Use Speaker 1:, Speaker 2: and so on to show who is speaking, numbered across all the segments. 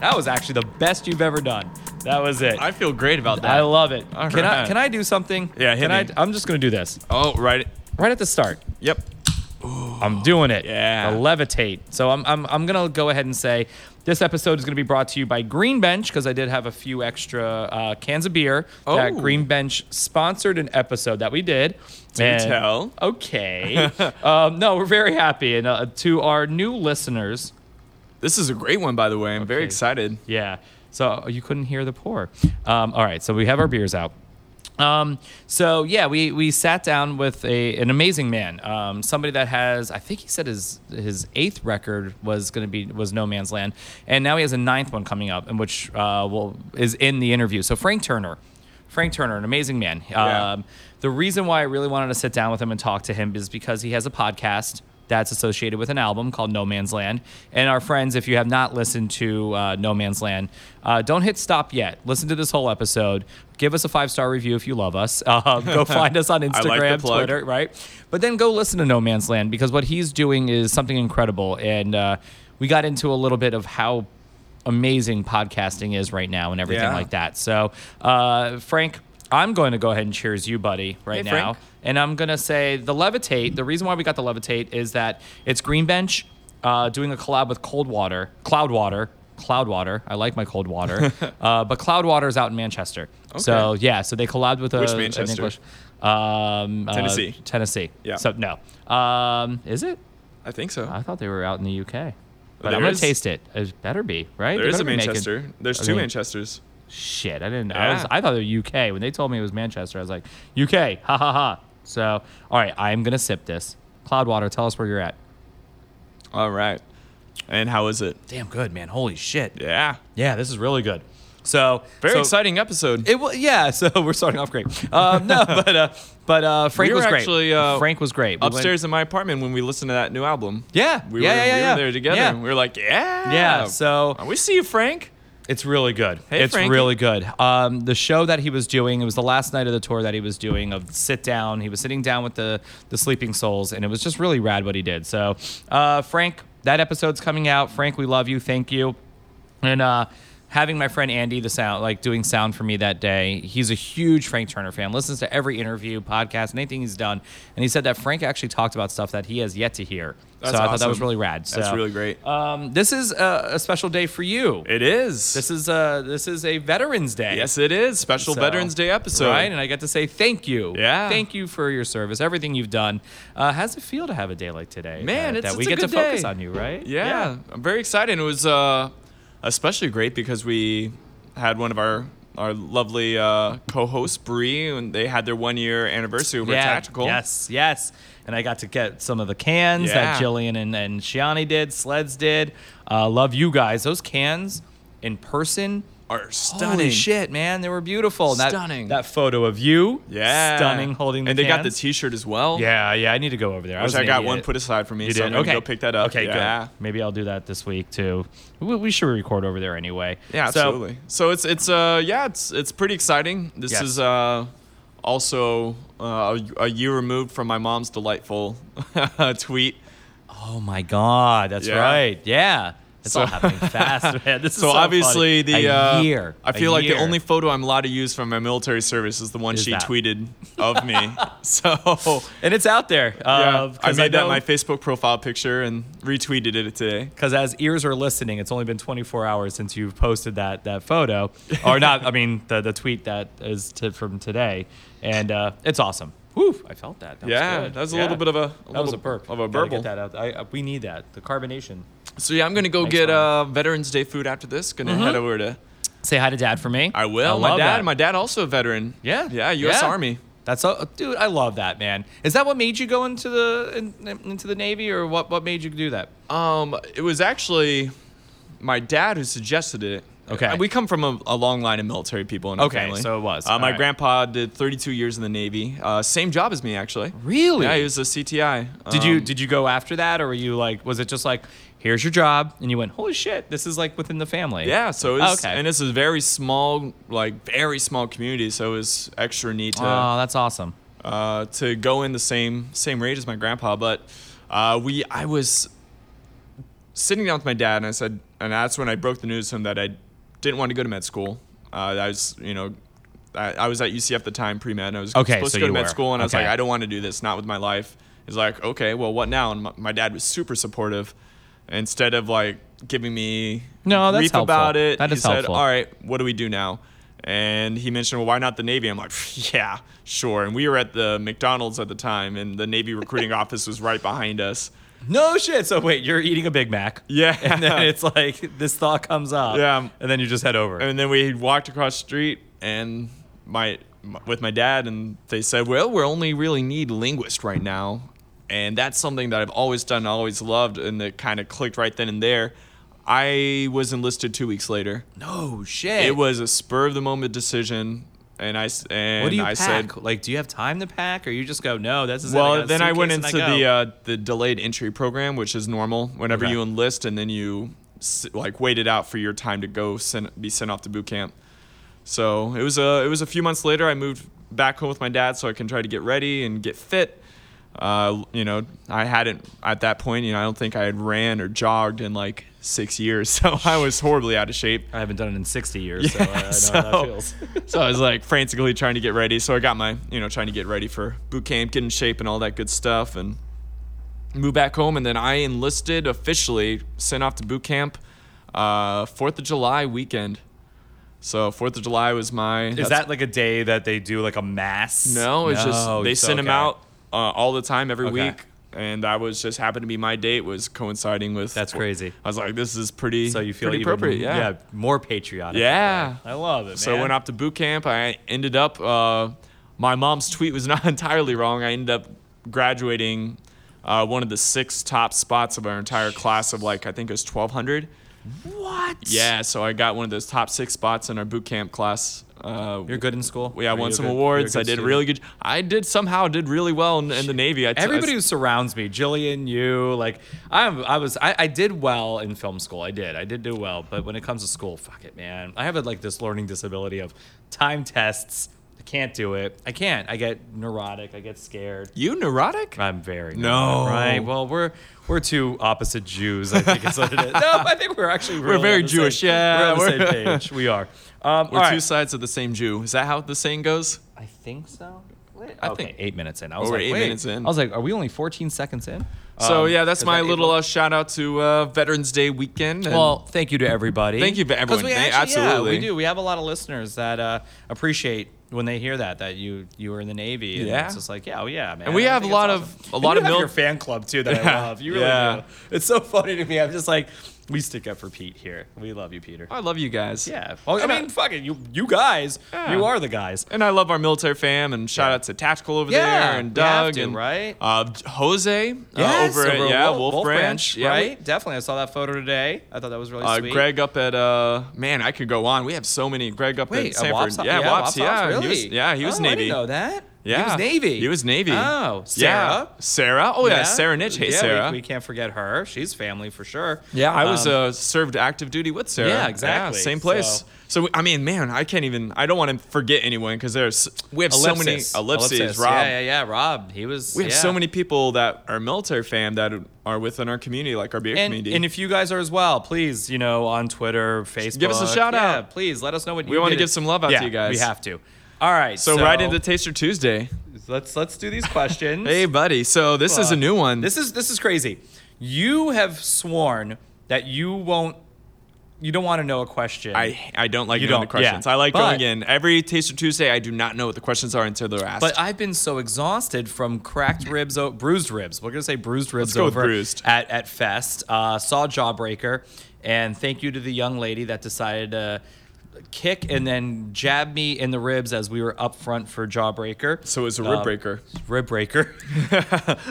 Speaker 1: That was actually the best you've ever done. That was it.
Speaker 2: I feel great about that.
Speaker 1: I love it.
Speaker 2: All
Speaker 1: can I
Speaker 2: right.
Speaker 1: can I do something?
Speaker 2: Yeah, hit
Speaker 1: can I,
Speaker 2: me.
Speaker 1: I'm just gonna do this
Speaker 2: Oh, right.
Speaker 1: right at the start.
Speaker 2: Yep.
Speaker 1: I'm doing it.
Speaker 2: yeah.
Speaker 1: I levitate. So I'm, I'm, I'm going to go ahead and say this episode is going to be brought to you by Green Bench because I did have a few extra uh, cans of beer that
Speaker 2: Oh.
Speaker 1: Green Bench sponsored an episode that we did.
Speaker 2: Do tell.
Speaker 1: Okay. um, no, we're very happy. And uh, to our new listeners,
Speaker 2: This is a great one, by the way. I'm very
Speaker 1: Okay.
Speaker 2: excited.
Speaker 1: yeah. So oh, you couldn't hear the pour. Um, all right. So we have our beers out. Um, so yeah, we, we sat down with a, an amazing man, um, somebody that has, I think he said his, his eighth record was going to be, was no man's land. And now he has a ninth one coming up and which, uh, will, is in the interview. So Frank Turner, Frank Turner, an amazing man.
Speaker 2: Yeah.
Speaker 1: Um, the reason why I really wanted to sit down with him and talk to him is because he has a podcast that's associated with an album called No Man's Land. And our friends, if you have not listened to uh, No Man's Land, uh, don't hit stop yet. Listen to this whole episode. Give us a five star review if you love us. Uh, go find us on
Speaker 2: I like the
Speaker 1: Instagram,
Speaker 2: plug.
Speaker 1: Twitter, right? But then go listen to No Man's Land because what he's doing is something incredible. And uh, we got into a little bit of how amazing podcasting is right now and everything
Speaker 2: Yeah.
Speaker 1: like that. So, uh, Frank, I'm going to go ahead and cheers you, buddy, right
Speaker 2: Hey,
Speaker 1: now.
Speaker 2: Frank.
Speaker 1: And I'm going to say the Levitate, the reason why we got the Levitate is that it's Green Bench uh, doing a collab with Cold Water, Cloud Water. Cloud Water. I like my cold water. uh, but Cloud Water is out in Manchester. So,
Speaker 2: Okay.
Speaker 1: yeah, so they collabed with a,
Speaker 2: Which
Speaker 1: an
Speaker 2: Manchester?
Speaker 1: English- um, uh,
Speaker 2: Tennessee.
Speaker 1: Tennessee.
Speaker 2: Yeah.
Speaker 1: So no. Um, is it?
Speaker 2: I think so.
Speaker 1: I thought they were out in the UK. But
Speaker 2: There
Speaker 1: I'm gonna
Speaker 2: is-
Speaker 1: taste it. It better be right.
Speaker 2: there
Speaker 1: They
Speaker 2: is
Speaker 1: better
Speaker 2: a
Speaker 1: be making-
Speaker 2: Manchester. There's
Speaker 1: I
Speaker 2: two
Speaker 1: mean-
Speaker 2: Manchesters.
Speaker 1: Shit, I didn't. I,
Speaker 2: Yeah.
Speaker 1: was, I thought they were UK. When they told me it was Manchester, I was like, UK. Ha ha ha. So, all right, I'm gonna sip this. Cloudwater, tell us where you're at.
Speaker 2: All right. And how is it?
Speaker 1: Damn good, man. Holy shit.
Speaker 2: Yeah.
Speaker 1: Yeah, this is really good. So
Speaker 2: Very
Speaker 1: so-
Speaker 2: exciting episode.
Speaker 1: It was yeah. So we're starting off great. Um, no, but uh, but uh, Frank
Speaker 2: We were
Speaker 1: was great.
Speaker 2: actually, uh,
Speaker 1: Frank was great. We went-
Speaker 2: Upstairs in my apartment when we listened to that new album.
Speaker 1: yeah,
Speaker 2: We
Speaker 1: yeah,
Speaker 2: were,
Speaker 1: yeah, yeah,
Speaker 2: we
Speaker 1: yeah.
Speaker 2: were there together.
Speaker 1: Yeah.
Speaker 2: And we were like, yeah.
Speaker 1: Yeah, so-
Speaker 2: we see you, Frank.
Speaker 1: It's really good.
Speaker 2: Hey,
Speaker 1: it's
Speaker 2: Frankie.
Speaker 1: really good. Um, the show that he was doing, it was the last night of the tour that he was doing of sit down. He was sitting down with the the Sleeping Souls, and it was just really rad what he did. So, uh, Frank, that episode's coming out. Frank, we love you. Thank you. And uh, having my friend Andy, the sound, like doing sound for me that day, he's a huge Frank Turner fan, listens to every interview, podcast, and anything he's done. And he said that Frank actually talked about stuff that he has yet to hear. so
Speaker 2: That's
Speaker 1: I thought that
Speaker 2: awesome.
Speaker 1: was really rad.
Speaker 2: That's
Speaker 1: So,
Speaker 2: really great.
Speaker 1: Um, this is a, a special day for you.
Speaker 2: It is.
Speaker 1: This is uh this is a Veterans Day.
Speaker 2: yes, it is. Special
Speaker 1: So,
Speaker 2: Veterans Day episode.
Speaker 1: Right, and I get to say thank you.
Speaker 2: Yeah.
Speaker 1: thank you for your service, everything you've done. Uh, how's it feel to have a day like today?
Speaker 2: Man,
Speaker 1: uh,
Speaker 2: it's-
Speaker 1: that we
Speaker 2: it's a
Speaker 1: get to
Speaker 2: good
Speaker 1: focus
Speaker 2: day.
Speaker 1: on you, right?
Speaker 2: Yeah, I'm very excited. It was uh, especially great because we had one of our our lovely uh, co-hosts Bree, and they had their one year anniversary. We're
Speaker 1: Yeah.
Speaker 2: tactical.
Speaker 1: Yes, yes. And I got to get some of the cans that
Speaker 2: Yeah.
Speaker 1: Jillian and, and Shiani did, Sleds did. Uh, love you guys. Those cans in person.
Speaker 2: are stunning.
Speaker 1: Holy shit, man. They were beautiful. That-
Speaker 2: Stunning.
Speaker 1: That, photo of you.
Speaker 2: Yeah,
Speaker 1: Stunning holding the
Speaker 2: and they got the
Speaker 1: cans.
Speaker 2: T-shirt as well.
Speaker 1: Yeah, yeah. I need to go over there. I,
Speaker 2: which
Speaker 1: was
Speaker 2: I
Speaker 1: an
Speaker 2: got one
Speaker 1: idiot.
Speaker 2: put aside for me.
Speaker 1: You
Speaker 2: so
Speaker 1: did?
Speaker 2: I'm gonna
Speaker 1: okay.
Speaker 2: go pick that up.
Speaker 1: Okay,
Speaker 2: yeah.
Speaker 1: good. Maybe I'll do that this week too. We, we should record over there anyway.
Speaker 2: Yeah,
Speaker 1: So-
Speaker 2: absolutely. So, it's it's uh yeah it's it's pretty exciting. This
Speaker 1: Yes.
Speaker 2: is uh also uh, a, a year removed from my mom's delightful uh, tweet.
Speaker 1: oh my God, that's
Speaker 2: Yeah.
Speaker 1: right. Yeah, it's all
Speaker 2: So-
Speaker 1: happening fast, man. This is so
Speaker 2: So, obviously
Speaker 1: funny.
Speaker 2: the
Speaker 1: A
Speaker 2: uh,
Speaker 1: year.
Speaker 2: I
Speaker 1: A
Speaker 2: feel like
Speaker 1: year.
Speaker 2: the only photo I'm allowed to use from my military service is the one
Speaker 1: Is
Speaker 2: she
Speaker 1: that.
Speaker 2: tweeted of me. so
Speaker 1: and it's out there.
Speaker 2: yeah,
Speaker 1: Uh,
Speaker 2: I
Speaker 1: 'cause
Speaker 2: made that
Speaker 1: know-
Speaker 2: my Facebook profile picture and retweeted it today.
Speaker 1: because as ears are listening, it's only been 24 hours since you've posted that that photo, or not. I mean, the the tweet that is to, from today, and uh, it's awesome. Woo! I felt that. that
Speaker 2: yeah,
Speaker 1: was good.
Speaker 2: that was a little bit of a, a
Speaker 1: that was
Speaker 2: little-
Speaker 1: a burp
Speaker 2: of
Speaker 1: Gotta
Speaker 2: a burble.
Speaker 1: Get that out. I, uh, we need that. The carbonation.
Speaker 2: So yeah, I'm gonna go
Speaker 1: Thanks,
Speaker 2: get
Speaker 1: Ryan.
Speaker 2: uh, Veterans Day food after this. Gonna head over to
Speaker 1: Say hi to dad for me.
Speaker 2: I will. my
Speaker 1: love
Speaker 2: dad.
Speaker 1: that.
Speaker 2: My dad also a veteran.
Speaker 1: Yeah.
Speaker 2: Yeah. U.S.
Speaker 1: Yeah.
Speaker 2: Army.
Speaker 1: That's so, dude. I love that man. Is that what made you go into the in, into the navy, or what? What made you do that?
Speaker 2: Um, it was actually my dad who suggested it.
Speaker 1: Okay.
Speaker 2: We come from a, a long line of military people in our
Speaker 1: Okay,
Speaker 2: family.
Speaker 1: so it was.
Speaker 2: Uh, my
Speaker 1: Alright.
Speaker 2: grandpa did 32 years in the Navy. Uh, same job as me actually.
Speaker 1: Really?
Speaker 2: Yeah, he was a CTI.
Speaker 1: Did you
Speaker 2: Um,
Speaker 1: did you go after that, or were you like, was it just like, here's your job, and you went, holy shit, this is like within the family?
Speaker 2: Yeah. So it was,
Speaker 1: Okay.
Speaker 2: and it's a very small, like very small community. So it was extra neat to
Speaker 1: Oh, that's awesome.
Speaker 2: uh, to go in the same same rate as my grandpa. But uh, we, I was sitting down with my dad, and I said, and that's when I broke the news to him that I didn't want to go to med school. Uh, I was, you know, I, I was at UCF at the time, pre med. I was
Speaker 1: Okay,
Speaker 2: supposed
Speaker 1: so
Speaker 2: to go to
Speaker 1: you
Speaker 2: med
Speaker 1: were.
Speaker 2: school, and I was
Speaker 1: Okay.
Speaker 2: like, I don't want to do this, not with my life. He's like, okay, well, what now? And my, my dad was super supportive. Instead of like giving me
Speaker 1: No, that's
Speaker 2: grief about
Speaker 1: helpful.
Speaker 2: it,
Speaker 1: That
Speaker 2: he
Speaker 1: is
Speaker 2: said,
Speaker 1: helpful.
Speaker 2: all right, what do we do now? And he mentioned, well, why not the Navy? I'm like, yeah, sure. And we were at the McDonald's at the time, and the Navy recruiting office was right behind us.
Speaker 1: No shit. So wait, you're eating a Big Mac.
Speaker 2: Yeah.
Speaker 1: And then it's like this thought comes up.
Speaker 2: Yeah.
Speaker 1: And then you just head over.
Speaker 2: and then we walked across the street and my, my with my dad and they said well we only really need linguist right now and that's something that i've always done always loved and it kind of clicked right then and there i was enlisted two weeks later
Speaker 1: no shit.
Speaker 2: it was a spur of the moment decision and i s- and
Speaker 1: What do you
Speaker 2: i
Speaker 1: pack?
Speaker 2: said
Speaker 1: like, do you have time to pack, or you just go? No, this is. it, got
Speaker 2: well
Speaker 1: a
Speaker 2: then i went
Speaker 1: suitcase
Speaker 2: into
Speaker 1: and
Speaker 2: the
Speaker 1: go."
Speaker 2: uh, the delayed entry program which is normal whenever
Speaker 1: Okay.
Speaker 2: you enlist and then you s- like wait it out for your time to go send, be sent off to boot camp so it was a it was a few months later i moved back home with my dad so i can try to get ready and get fit uh, you know i hadn't at that point you know i don't think i had ran or jogged in like six years so i was horribly out of shape
Speaker 1: I haven't done it in sixty years, so uh, I know how
Speaker 2: so-
Speaker 1: that feels.
Speaker 2: so I was like frantically trying to get ready. So I got my, you know, trying to get ready for boot camp, get in shape, and all that good stuff, and moved back home. And then I enlisted officially, sent off to boot camp, uh, Fourth of July weekend. So Fourth of July was my.
Speaker 1: Is that like a day that they do like a mass?
Speaker 2: no? It's
Speaker 1: No,
Speaker 2: just they
Speaker 1: it's
Speaker 2: send them
Speaker 1: okay.
Speaker 2: out uh, all the time every
Speaker 1: Okay.
Speaker 2: week, and that was just happened to be my date was coinciding with.
Speaker 1: That's crazy.
Speaker 2: I was like, this is pretty.
Speaker 1: So you feel
Speaker 2: pretty
Speaker 1: even,
Speaker 2: appropriate, yeah.
Speaker 1: more patriotic.
Speaker 2: Yeah.
Speaker 1: I love it.
Speaker 2: So I
Speaker 1: man.
Speaker 2: went off to boot camp. I ended up. Uh, my mom's tweet was not entirely wrong. I ended up graduating uh, one of the six top spots of our entire class of like I think it was twelve hundred.
Speaker 1: What?
Speaker 2: Yeah, so I got one of those top six spots in our boot camp class. Uh,
Speaker 1: You're good in school.
Speaker 2: yeah, I
Speaker 1: Are
Speaker 2: won
Speaker 1: you
Speaker 2: some
Speaker 1: good- you're a
Speaker 2: awards. I
Speaker 1: good
Speaker 2: did
Speaker 1: student?
Speaker 2: really good. I did somehow did really well in, in the Navy. I t- I s-
Speaker 1: Everybody who surrounds me, Jillian, you, like I'm, I was, I, I did well in film school. I did, I did do well. But when it comes to school, fuck it, man. I have like this learning disability of time tests. I can't do it. I can't. I get neurotic. I get scared.
Speaker 2: you neurotic?
Speaker 1: I'm very
Speaker 2: No.
Speaker 1: neurotic, right. Well, we're we're two opposite Jews. I think it's what it is. No, I think we're actually really
Speaker 2: very
Speaker 1: on the same-
Speaker 2: Jewish, yeah,
Speaker 1: we're on the same
Speaker 2: we're-
Speaker 1: page. We are. Um,
Speaker 2: We're
Speaker 1: all
Speaker 2: two
Speaker 1: right.
Speaker 2: sides of the same Jew. Is that how the saying goes?
Speaker 1: I think so.
Speaker 2: I
Speaker 1: okay,
Speaker 2: think-
Speaker 1: eight minutes in. I was
Speaker 2: Oh, we're
Speaker 1: like,
Speaker 2: eight
Speaker 1: wait.
Speaker 2: minutes in.
Speaker 1: I was like, are we only 14 seconds in?
Speaker 2: so
Speaker 1: Um,
Speaker 2: yeah, that's
Speaker 1: 'cause
Speaker 2: my
Speaker 1: that eight
Speaker 2: little
Speaker 1: minutes-
Speaker 2: uh, shout out to uh, Veterans Day weekend. and-
Speaker 1: Well, thank you to everybody.
Speaker 2: Thank you to
Speaker 1: 'Cause
Speaker 2: everyone.
Speaker 1: We
Speaker 2: Thank-
Speaker 1: actually, Yeah,
Speaker 2: absolutely.
Speaker 1: we do. We have a lot of listeners that uh, appreciate when they hear that that you you were in the Navy. And
Speaker 2: Yeah.
Speaker 1: It's just like, yeah, oh yeah, man.
Speaker 2: And we
Speaker 1: I
Speaker 2: have
Speaker 1: think
Speaker 2: a
Speaker 1: it's
Speaker 2: lot of-
Speaker 1: awesome.
Speaker 2: a
Speaker 1: And
Speaker 2: lot
Speaker 1: you
Speaker 2: of
Speaker 1: have
Speaker 2: mil-
Speaker 1: your fan club too that
Speaker 2: Yeah.
Speaker 1: I love. You really
Speaker 2: Yeah.
Speaker 1: do. It's so funny to me. I'm just like, we stick up for Pete here. We love you, Peter.
Speaker 2: I love you guys.
Speaker 1: Yeah. Well, I
Speaker 2: And I-
Speaker 1: mean, fucking you. You guys.
Speaker 2: Yeah.
Speaker 1: You are the guys.
Speaker 2: And I love our military fam and shout
Speaker 1: Yeah.
Speaker 2: out to Tactical over
Speaker 1: Yeah,
Speaker 2: there and
Speaker 1: we have
Speaker 2: Doug
Speaker 1: to,
Speaker 2: and
Speaker 1: right?
Speaker 2: uh, J- Jose uh,
Speaker 1: Yes,
Speaker 2: over, at yeah,
Speaker 1: Wol-
Speaker 2: Wolf, Branch, yeah, we-
Speaker 1: right? Definitely. I saw that photo today. I thought that was really
Speaker 2: Uh,
Speaker 1: sweet.
Speaker 2: Greg up at uh, man, I could go on. We have so many. Greg up
Speaker 1: Wait,
Speaker 2: at
Speaker 1: a
Speaker 2: Sanford.
Speaker 1: Wops-
Speaker 2: yeah, Wops,
Speaker 1: Wops,
Speaker 2: yeah,
Speaker 1: really?
Speaker 2: he was, yeah, he was
Speaker 1: oh,
Speaker 2: Navy.
Speaker 1: I didn't know that.
Speaker 2: Yeah,
Speaker 1: he was Navy.
Speaker 2: He was Navy.
Speaker 1: Oh,
Speaker 2: yeah,
Speaker 1: Sarah.
Speaker 2: Sarah. Oh yeah, Sarah Nitch. Hey,
Speaker 1: yeah, we-
Speaker 2: Sarah.
Speaker 1: We, can't forget her. She's family for sure.
Speaker 2: yeah, I was
Speaker 1: Um,
Speaker 2: uh, served active duty with Sarah.
Speaker 1: Yeah, exactly.
Speaker 2: same place.
Speaker 1: So-
Speaker 2: So, we- I mean, man, I can't even. I don't want to forget anyone because there's we have so many
Speaker 1: Ellipsis.
Speaker 2: ellipses.
Speaker 1: Ellipsis.
Speaker 2: Rob,
Speaker 1: Yeah, yeah, yeah. Rob. He was.
Speaker 2: We have
Speaker 1: yeah.
Speaker 2: so many people that are military fam that are within our community, like our beer
Speaker 1: And,
Speaker 2: community.
Speaker 1: and if you guys are as well, please, you know, on Twitter, Facebook,
Speaker 2: Give us a shout
Speaker 1: yeah,
Speaker 2: out.
Speaker 1: Please let us know what
Speaker 2: We
Speaker 1: you
Speaker 2: wanna
Speaker 1: did.
Speaker 2: give some love out to
Speaker 1: Yeah,
Speaker 2: you guys.
Speaker 1: We have to. All right.
Speaker 2: so, right into Taster Tuesday.
Speaker 1: let's let's do these questions.
Speaker 2: Hey, buddy. So this is a new one.
Speaker 1: This is this is crazy. You have sworn that you won't, you don't want to know a question.
Speaker 2: I I don't like
Speaker 1: You
Speaker 2: knowing the
Speaker 1: don't, yeah.
Speaker 2: questions. I like
Speaker 1: But-
Speaker 2: going in every Taster Tuesday. I do not know what the questions are until they're asked.
Speaker 1: But I've been so exhausted from cracked ribs, o- bruised ribs. We're gonna say bruised ribs
Speaker 2: go with
Speaker 1: over
Speaker 2: bruised.
Speaker 1: at at Fest. Uh, saw Jawbreaker, and thank you to the young lady that decided to kick and then jab me in the ribs as we were up front for Jawbreaker.
Speaker 2: so it's a
Speaker 1: Uh,
Speaker 2: rib breaker.
Speaker 1: Rib breaker.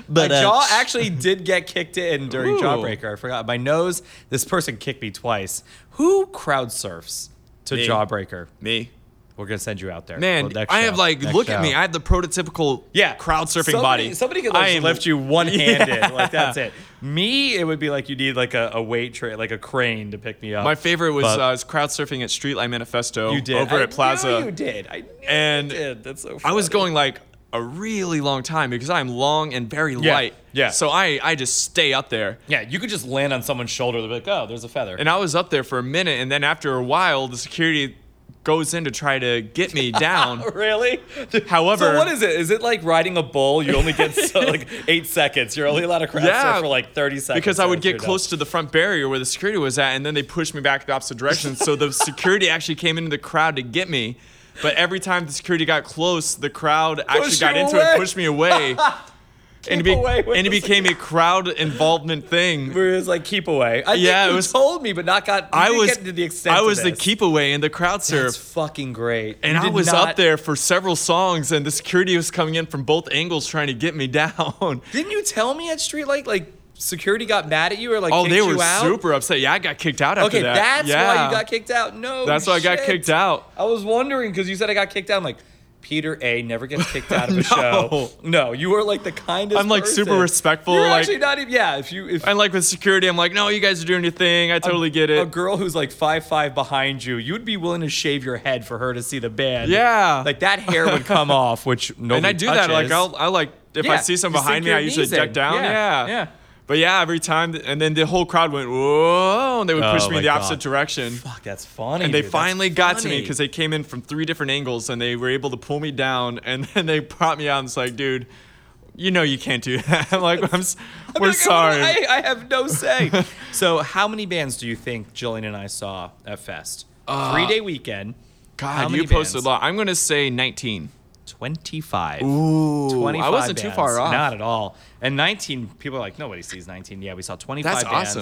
Speaker 2: But,
Speaker 1: my
Speaker 2: uh,
Speaker 1: jaw actually did get kicked in during
Speaker 2: Ooh.
Speaker 1: Jawbreaker. I forgot. My nose, this person kicked me twice. Who crowd surfs to
Speaker 2: Me.
Speaker 1: Jawbreaker?
Speaker 2: Me,
Speaker 1: We're going to send you out there.
Speaker 2: man.
Speaker 1: Well, next
Speaker 2: I have
Speaker 1: show,
Speaker 2: like
Speaker 1: next
Speaker 2: look
Speaker 1: show.
Speaker 2: at me. I have the prototypical
Speaker 1: yeah,
Speaker 2: crowd surfing
Speaker 1: somebody,
Speaker 2: body.
Speaker 1: Somebody could
Speaker 2: I
Speaker 1: like
Speaker 2: am-
Speaker 1: lift you one handed, like that's it. Me, it would be like you need like a, a weight tray, like a crane to pick me up.
Speaker 2: My favorite was,
Speaker 1: But
Speaker 2: uh, was crowd surfing at Streetlight Manifesto.
Speaker 1: you did
Speaker 2: over
Speaker 1: I
Speaker 2: at Plaza.
Speaker 1: Knew you did. I knew
Speaker 2: and
Speaker 1: you did. That's so. Funny.
Speaker 2: I was going like a really long time because I'm long and very
Speaker 1: Yeah,
Speaker 2: light.
Speaker 1: yeah.
Speaker 2: So I, I just stay up there.
Speaker 1: Yeah, you could just land on someone's shoulder. They're like, oh, there's a feather.
Speaker 2: And I was up there for a minute, and then after a while, the security goes in to try to get me down.
Speaker 1: really?
Speaker 2: However-
Speaker 1: so what is it? Is it like riding a bull? You only get so, like eight seconds. You're only allowed to crash
Speaker 2: Yeah,
Speaker 1: for like thirty seconds.
Speaker 2: because I would
Speaker 1: That's
Speaker 2: get
Speaker 1: your
Speaker 2: close to the front barrier where the security was at, and then they pushed me back the opposite direction. so the security actually came into the crowd to get me. But every time the security got close, the crowd actually
Speaker 1: Push
Speaker 2: got
Speaker 1: you
Speaker 2: into
Speaker 1: away.
Speaker 2: it, pushed me away, and, it be-
Speaker 1: away with
Speaker 2: and it
Speaker 1: the
Speaker 2: became a crowd involvement thing.
Speaker 1: Where it was like keep away. I
Speaker 2: Yeah,
Speaker 1: think
Speaker 2: it
Speaker 1: you
Speaker 2: was-
Speaker 1: told me, but not got. you
Speaker 2: I
Speaker 1: didn't
Speaker 2: was
Speaker 1: get to the extent.
Speaker 2: I
Speaker 1: of
Speaker 2: was the
Speaker 1: this.
Speaker 2: keep away in the crowd
Speaker 1: That's
Speaker 2: surf.
Speaker 1: fucking great.
Speaker 2: And
Speaker 1: You
Speaker 2: I
Speaker 1: did
Speaker 2: was
Speaker 1: not-
Speaker 2: up there for several songs, and the security was coming in from both angles trying to get me down. Oh,
Speaker 1: Didn't you tell me at Street Light like security got mad at you or like
Speaker 2: Oh,
Speaker 1: kicked
Speaker 2: they were
Speaker 1: you out?
Speaker 2: super upset. Yeah, I got kicked out after
Speaker 1: Okay,
Speaker 2: that.
Speaker 1: that's why
Speaker 2: Yeah.
Speaker 1: you got kicked out. No,
Speaker 2: That's why I got
Speaker 1: shit.
Speaker 2: kicked out.
Speaker 1: I was wondering because you said I got kicked out. I'm like, Peter A never gets kicked out of a show. No, you were like the kindest.
Speaker 2: I'm, like, super
Speaker 1: person.
Speaker 2: respectful,
Speaker 1: You're
Speaker 2: like-
Speaker 1: actually not even. Yeah, if you if
Speaker 2: And like with security, I'm like, no, you guys are doing your thing. I totally get
Speaker 1: a
Speaker 2: it.
Speaker 1: girl who's like five five behind you, you'd be willing to shave your head for her to see the band.
Speaker 2: Yeah.
Speaker 1: like that hair would come off, which no.
Speaker 2: and I do that. Like I'll, I like if I
Speaker 1: Yeah,
Speaker 2: see someone
Speaker 1: you
Speaker 2: behind
Speaker 1: sink
Speaker 2: me,
Speaker 1: your
Speaker 2: I usually
Speaker 1: knees in.
Speaker 2: duck down.
Speaker 1: Yeah,
Speaker 2: Yeah,
Speaker 1: yeah.
Speaker 2: But yeah, every time, th- and then the whole crowd went whoa, and they would
Speaker 1: Oh
Speaker 2: push me
Speaker 1: my
Speaker 2: in the opposite
Speaker 1: God.
Speaker 2: direction.
Speaker 1: Fuck, that's funny.
Speaker 2: And they
Speaker 1: dude. That's
Speaker 2: finally got to me
Speaker 1: funny.
Speaker 2: because they came in from three different angles and they were able to pull me down. And then they brought me out and it's like, dude, you know you can't do that. I'm like, I'm, s-
Speaker 1: I'm
Speaker 2: we're
Speaker 1: like,
Speaker 2: sorry.
Speaker 1: I, I have no say. so, how many bands do you think Jillian and I saw at Fest? Three day weekend. how
Speaker 2: Uh, God,
Speaker 1: many
Speaker 2: you posted
Speaker 1: bands?
Speaker 2: a lot. I'm going to say 19.
Speaker 1: 25.
Speaker 2: Ooh,
Speaker 1: 25
Speaker 2: I wasn't too
Speaker 1: bands.
Speaker 2: far off.
Speaker 1: Not at all. And 19, people are like, nobody sees 19. Yeah, we saw 25
Speaker 2: That's
Speaker 1: bands.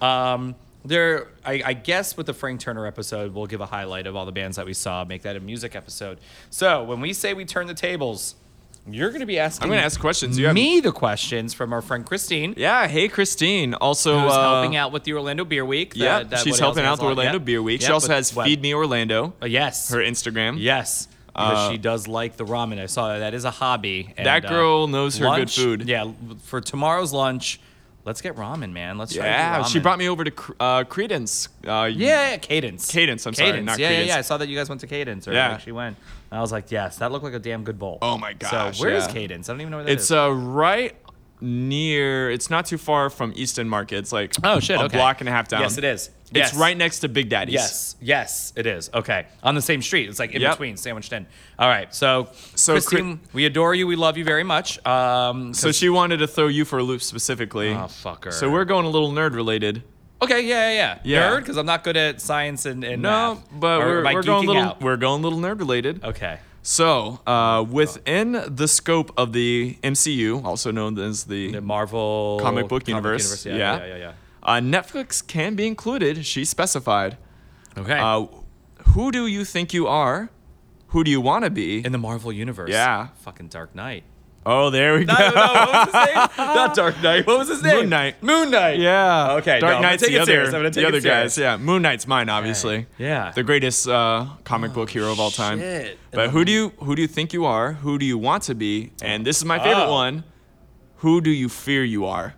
Speaker 2: awesome.
Speaker 1: Um, there, I, I guess with the Frank Turner episode, we'll give a highlight of all the bands that we saw, make that a music episode. So when we say we turn the tables, you're going to be asking
Speaker 2: I'm going to ask questions. You have
Speaker 1: me the questions from our friend Christine.
Speaker 2: Yeah. Hey, Christine. Also,
Speaker 1: who's
Speaker 2: uh,
Speaker 1: helping out with the Orlando Beer Week.
Speaker 2: Yeah,
Speaker 1: that- that
Speaker 2: she's
Speaker 1: Woody
Speaker 2: helping
Speaker 1: Allen
Speaker 2: out
Speaker 1: has
Speaker 2: the
Speaker 1: on.
Speaker 2: Orlando
Speaker 1: Yep.
Speaker 2: Beer Week.
Speaker 1: Yep,
Speaker 2: she also
Speaker 1: with
Speaker 2: has
Speaker 1: Web.
Speaker 2: Feed Me Orlando,
Speaker 1: Uh, yes,
Speaker 2: her Instagram.
Speaker 1: yes, because
Speaker 2: Uh,
Speaker 1: she does like the ramen. I saw that. That is a hobby. and,
Speaker 2: That
Speaker 1: uh,
Speaker 2: girl knows her good
Speaker 1: lunch-
Speaker 2: food.
Speaker 1: Yeah, l- for tomorrow's lunch, let's get ramen, man. Let's try to do
Speaker 2: Yeah, she
Speaker 1: ramen.
Speaker 2: brought me over to Cr- uh, Credence. Uh,
Speaker 1: Yeah, yeah, Cadence.
Speaker 2: Cadence, I'm sorry, not
Speaker 1: yeah,
Speaker 2: Credence.
Speaker 1: yeah, yeah. I saw that you guys went to Cadence, or
Speaker 2: Yeah.
Speaker 1: like, she went. And I was like, yes, that looked like a damn good bowl.
Speaker 2: Oh my gosh,
Speaker 1: So where is
Speaker 2: yeah.
Speaker 1: Cadence? I don't even know where that is.
Speaker 2: It's uh, right near. It's not too far from Easton Market. It's like
Speaker 1: Oh, shit,
Speaker 2: a
Speaker 1: okay.
Speaker 2: block and a half down.
Speaker 1: Yes, it is.
Speaker 2: It's
Speaker 1: Yes.
Speaker 2: right next to Big Daddy's.
Speaker 1: Yes, yes, it is. Okay. On the same street. It's like in
Speaker 2: Yep.
Speaker 1: between, sandwiched in. All right. So,
Speaker 2: So,
Speaker 1: Christine, we adore you. We love you very much. Um,
Speaker 2: So she wanted to throw you for a loop specifically.
Speaker 1: Oh, fucker.
Speaker 2: So we're going a little nerd related.
Speaker 1: okay, yeah, yeah, yeah.
Speaker 2: Yeah.
Speaker 1: Nerd, because I'm not good at science and, and
Speaker 2: No,
Speaker 1: math.
Speaker 2: but
Speaker 1: Or
Speaker 2: we're,
Speaker 1: am I
Speaker 2: we're going
Speaker 1: geeking
Speaker 2: a little
Speaker 1: out?
Speaker 2: we're going a little nerd related.
Speaker 1: Okay.
Speaker 2: So, uh, within the scope of the MCU, also known as the,
Speaker 1: The Marvel
Speaker 2: comic book universe,
Speaker 1: Yeah, yeah,
Speaker 2: yeah.
Speaker 1: yeah, yeah.
Speaker 2: uh, Netflix can be included, she specified.
Speaker 1: Okay.
Speaker 2: Uh, who do you think you are? Who do you want to be?
Speaker 1: in the Marvel universe.
Speaker 2: Yeah.
Speaker 1: Fucking Dark Knight.
Speaker 2: Oh, there we go.
Speaker 1: No, no, what was his name? Not Dark Knight. What was his name?
Speaker 2: Moon Knight.
Speaker 1: Moon Knight.
Speaker 2: Yeah.
Speaker 1: Okay, no, I'm
Speaker 2: Dark
Speaker 1: gonna
Speaker 2: Knight's
Speaker 1: take
Speaker 2: the
Speaker 1: it
Speaker 2: other,
Speaker 1: serious. I'm gonna take
Speaker 2: the
Speaker 1: it
Speaker 2: other
Speaker 1: serious.
Speaker 2: guys. Yeah, Moon Knight's mine, obviously.
Speaker 1: Yeah. Oh,
Speaker 2: the greatest uh, comic book hero of all time.
Speaker 1: shit.
Speaker 2: But who do you who do you think you are? Who do you want to be? And this is my favorite
Speaker 1: Oh.
Speaker 2: one. Who do you fear you are?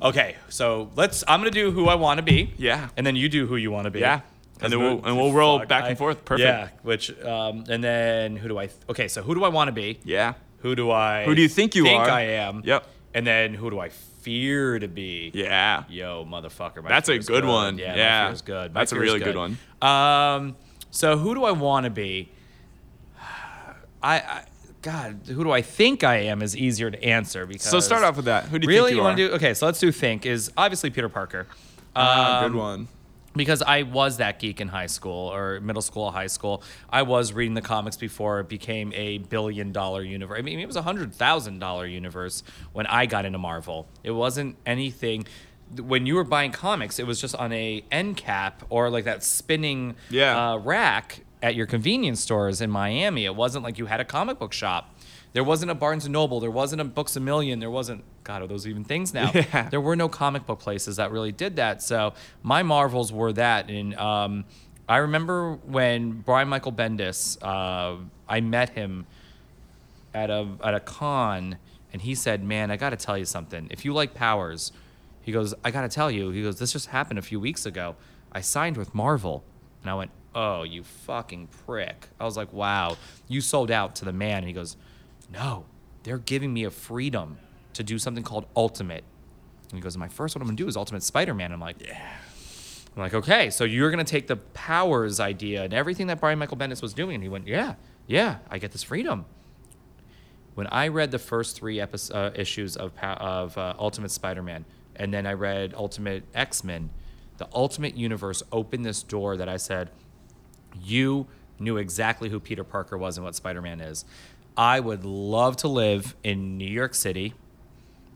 Speaker 1: Okay, so let's. I'm gonna do who I want to be.
Speaker 2: Yeah.
Speaker 1: And then you do who you want to be.
Speaker 2: Yeah. And then we'll- and we'll roll back and forth. Perfect.
Speaker 1: Yeah. Which um and then who do I? Okay, so who do I want to be?
Speaker 2: Yeah.
Speaker 1: Who do I?
Speaker 2: Who do you think you are?
Speaker 1: I am.
Speaker 2: Yep.
Speaker 1: And then who do I fear to be?
Speaker 2: Yeah.
Speaker 1: Yo, motherfucker. My
Speaker 2: That's a
Speaker 1: fear's
Speaker 2: good one.
Speaker 1: Yeah. My
Speaker 2: Yeah.
Speaker 1: fear's good. My
Speaker 2: That's a
Speaker 1: fear's
Speaker 2: really good
Speaker 1: good Um. So who do I want to be? I, I. God, who do I think I am is easier to answer because.
Speaker 2: So start off with that. Who do you
Speaker 1: really,
Speaker 2: think
Speaker 1: you
Speaker 2: you,
Speaker 1: want
Speaker 2: are?
Speaker 1: to do? Okay, so let's do think is obviously Peter Parker.
Speaker 2: Ah,
Speaker 1: Um,
Speaker 2: good one.
Speaker 1: because I was that geek in high school or middle school, high school. I was reading the comics before it became a billion dollar universe. I mean, it was a hundred thousand dollar universe when I got into Marvel. It wasn't anything. When you were buying comics, it was just on a end cap or like that spinning
Speaker 2: Yeah.
Speaker 1: uh, rack at your convenience stores in Miami. It wasn't like you had a comic book shop. There wasn't a Barnes and Noble. There wasn't a Books a Million. There wasn't God. Are those even things now?
Speaker 2: Yeah.
Speaker 1: There were no comic book places that really did that. So my Marvels were that. And um, I remember when Brian Michael Bendis, uh, I met him at a at a con and he said, "Man, I got to tell you something. If you like Powers, he goes, I got to tell you. He goes, this just happened a few weeks ago. I signed with Marvel." And I went, "Oh, you fucking prick." I was like, "Wow, you sold out to the man." And he goes, No, they're giving me a freedom to do something called Ultimate. And he goes, My first one I'm gonna do is Ultimate Spider Man. I'm like, Yeah. I'm like, okay, so you're gonna take the powers idea and everything that Brian Michael Bendis was doing, and he went, Yeah, yeah, I get this freedom. When I read the first three epis uh, issues of pa- of uh, Ultimate Spider-Man, and then I read Ultimate X-Men, the Ultimate Universe opened this door that I said, you knew exactly who Peter Parker was and what Spider Man is. I would love to live in New York City,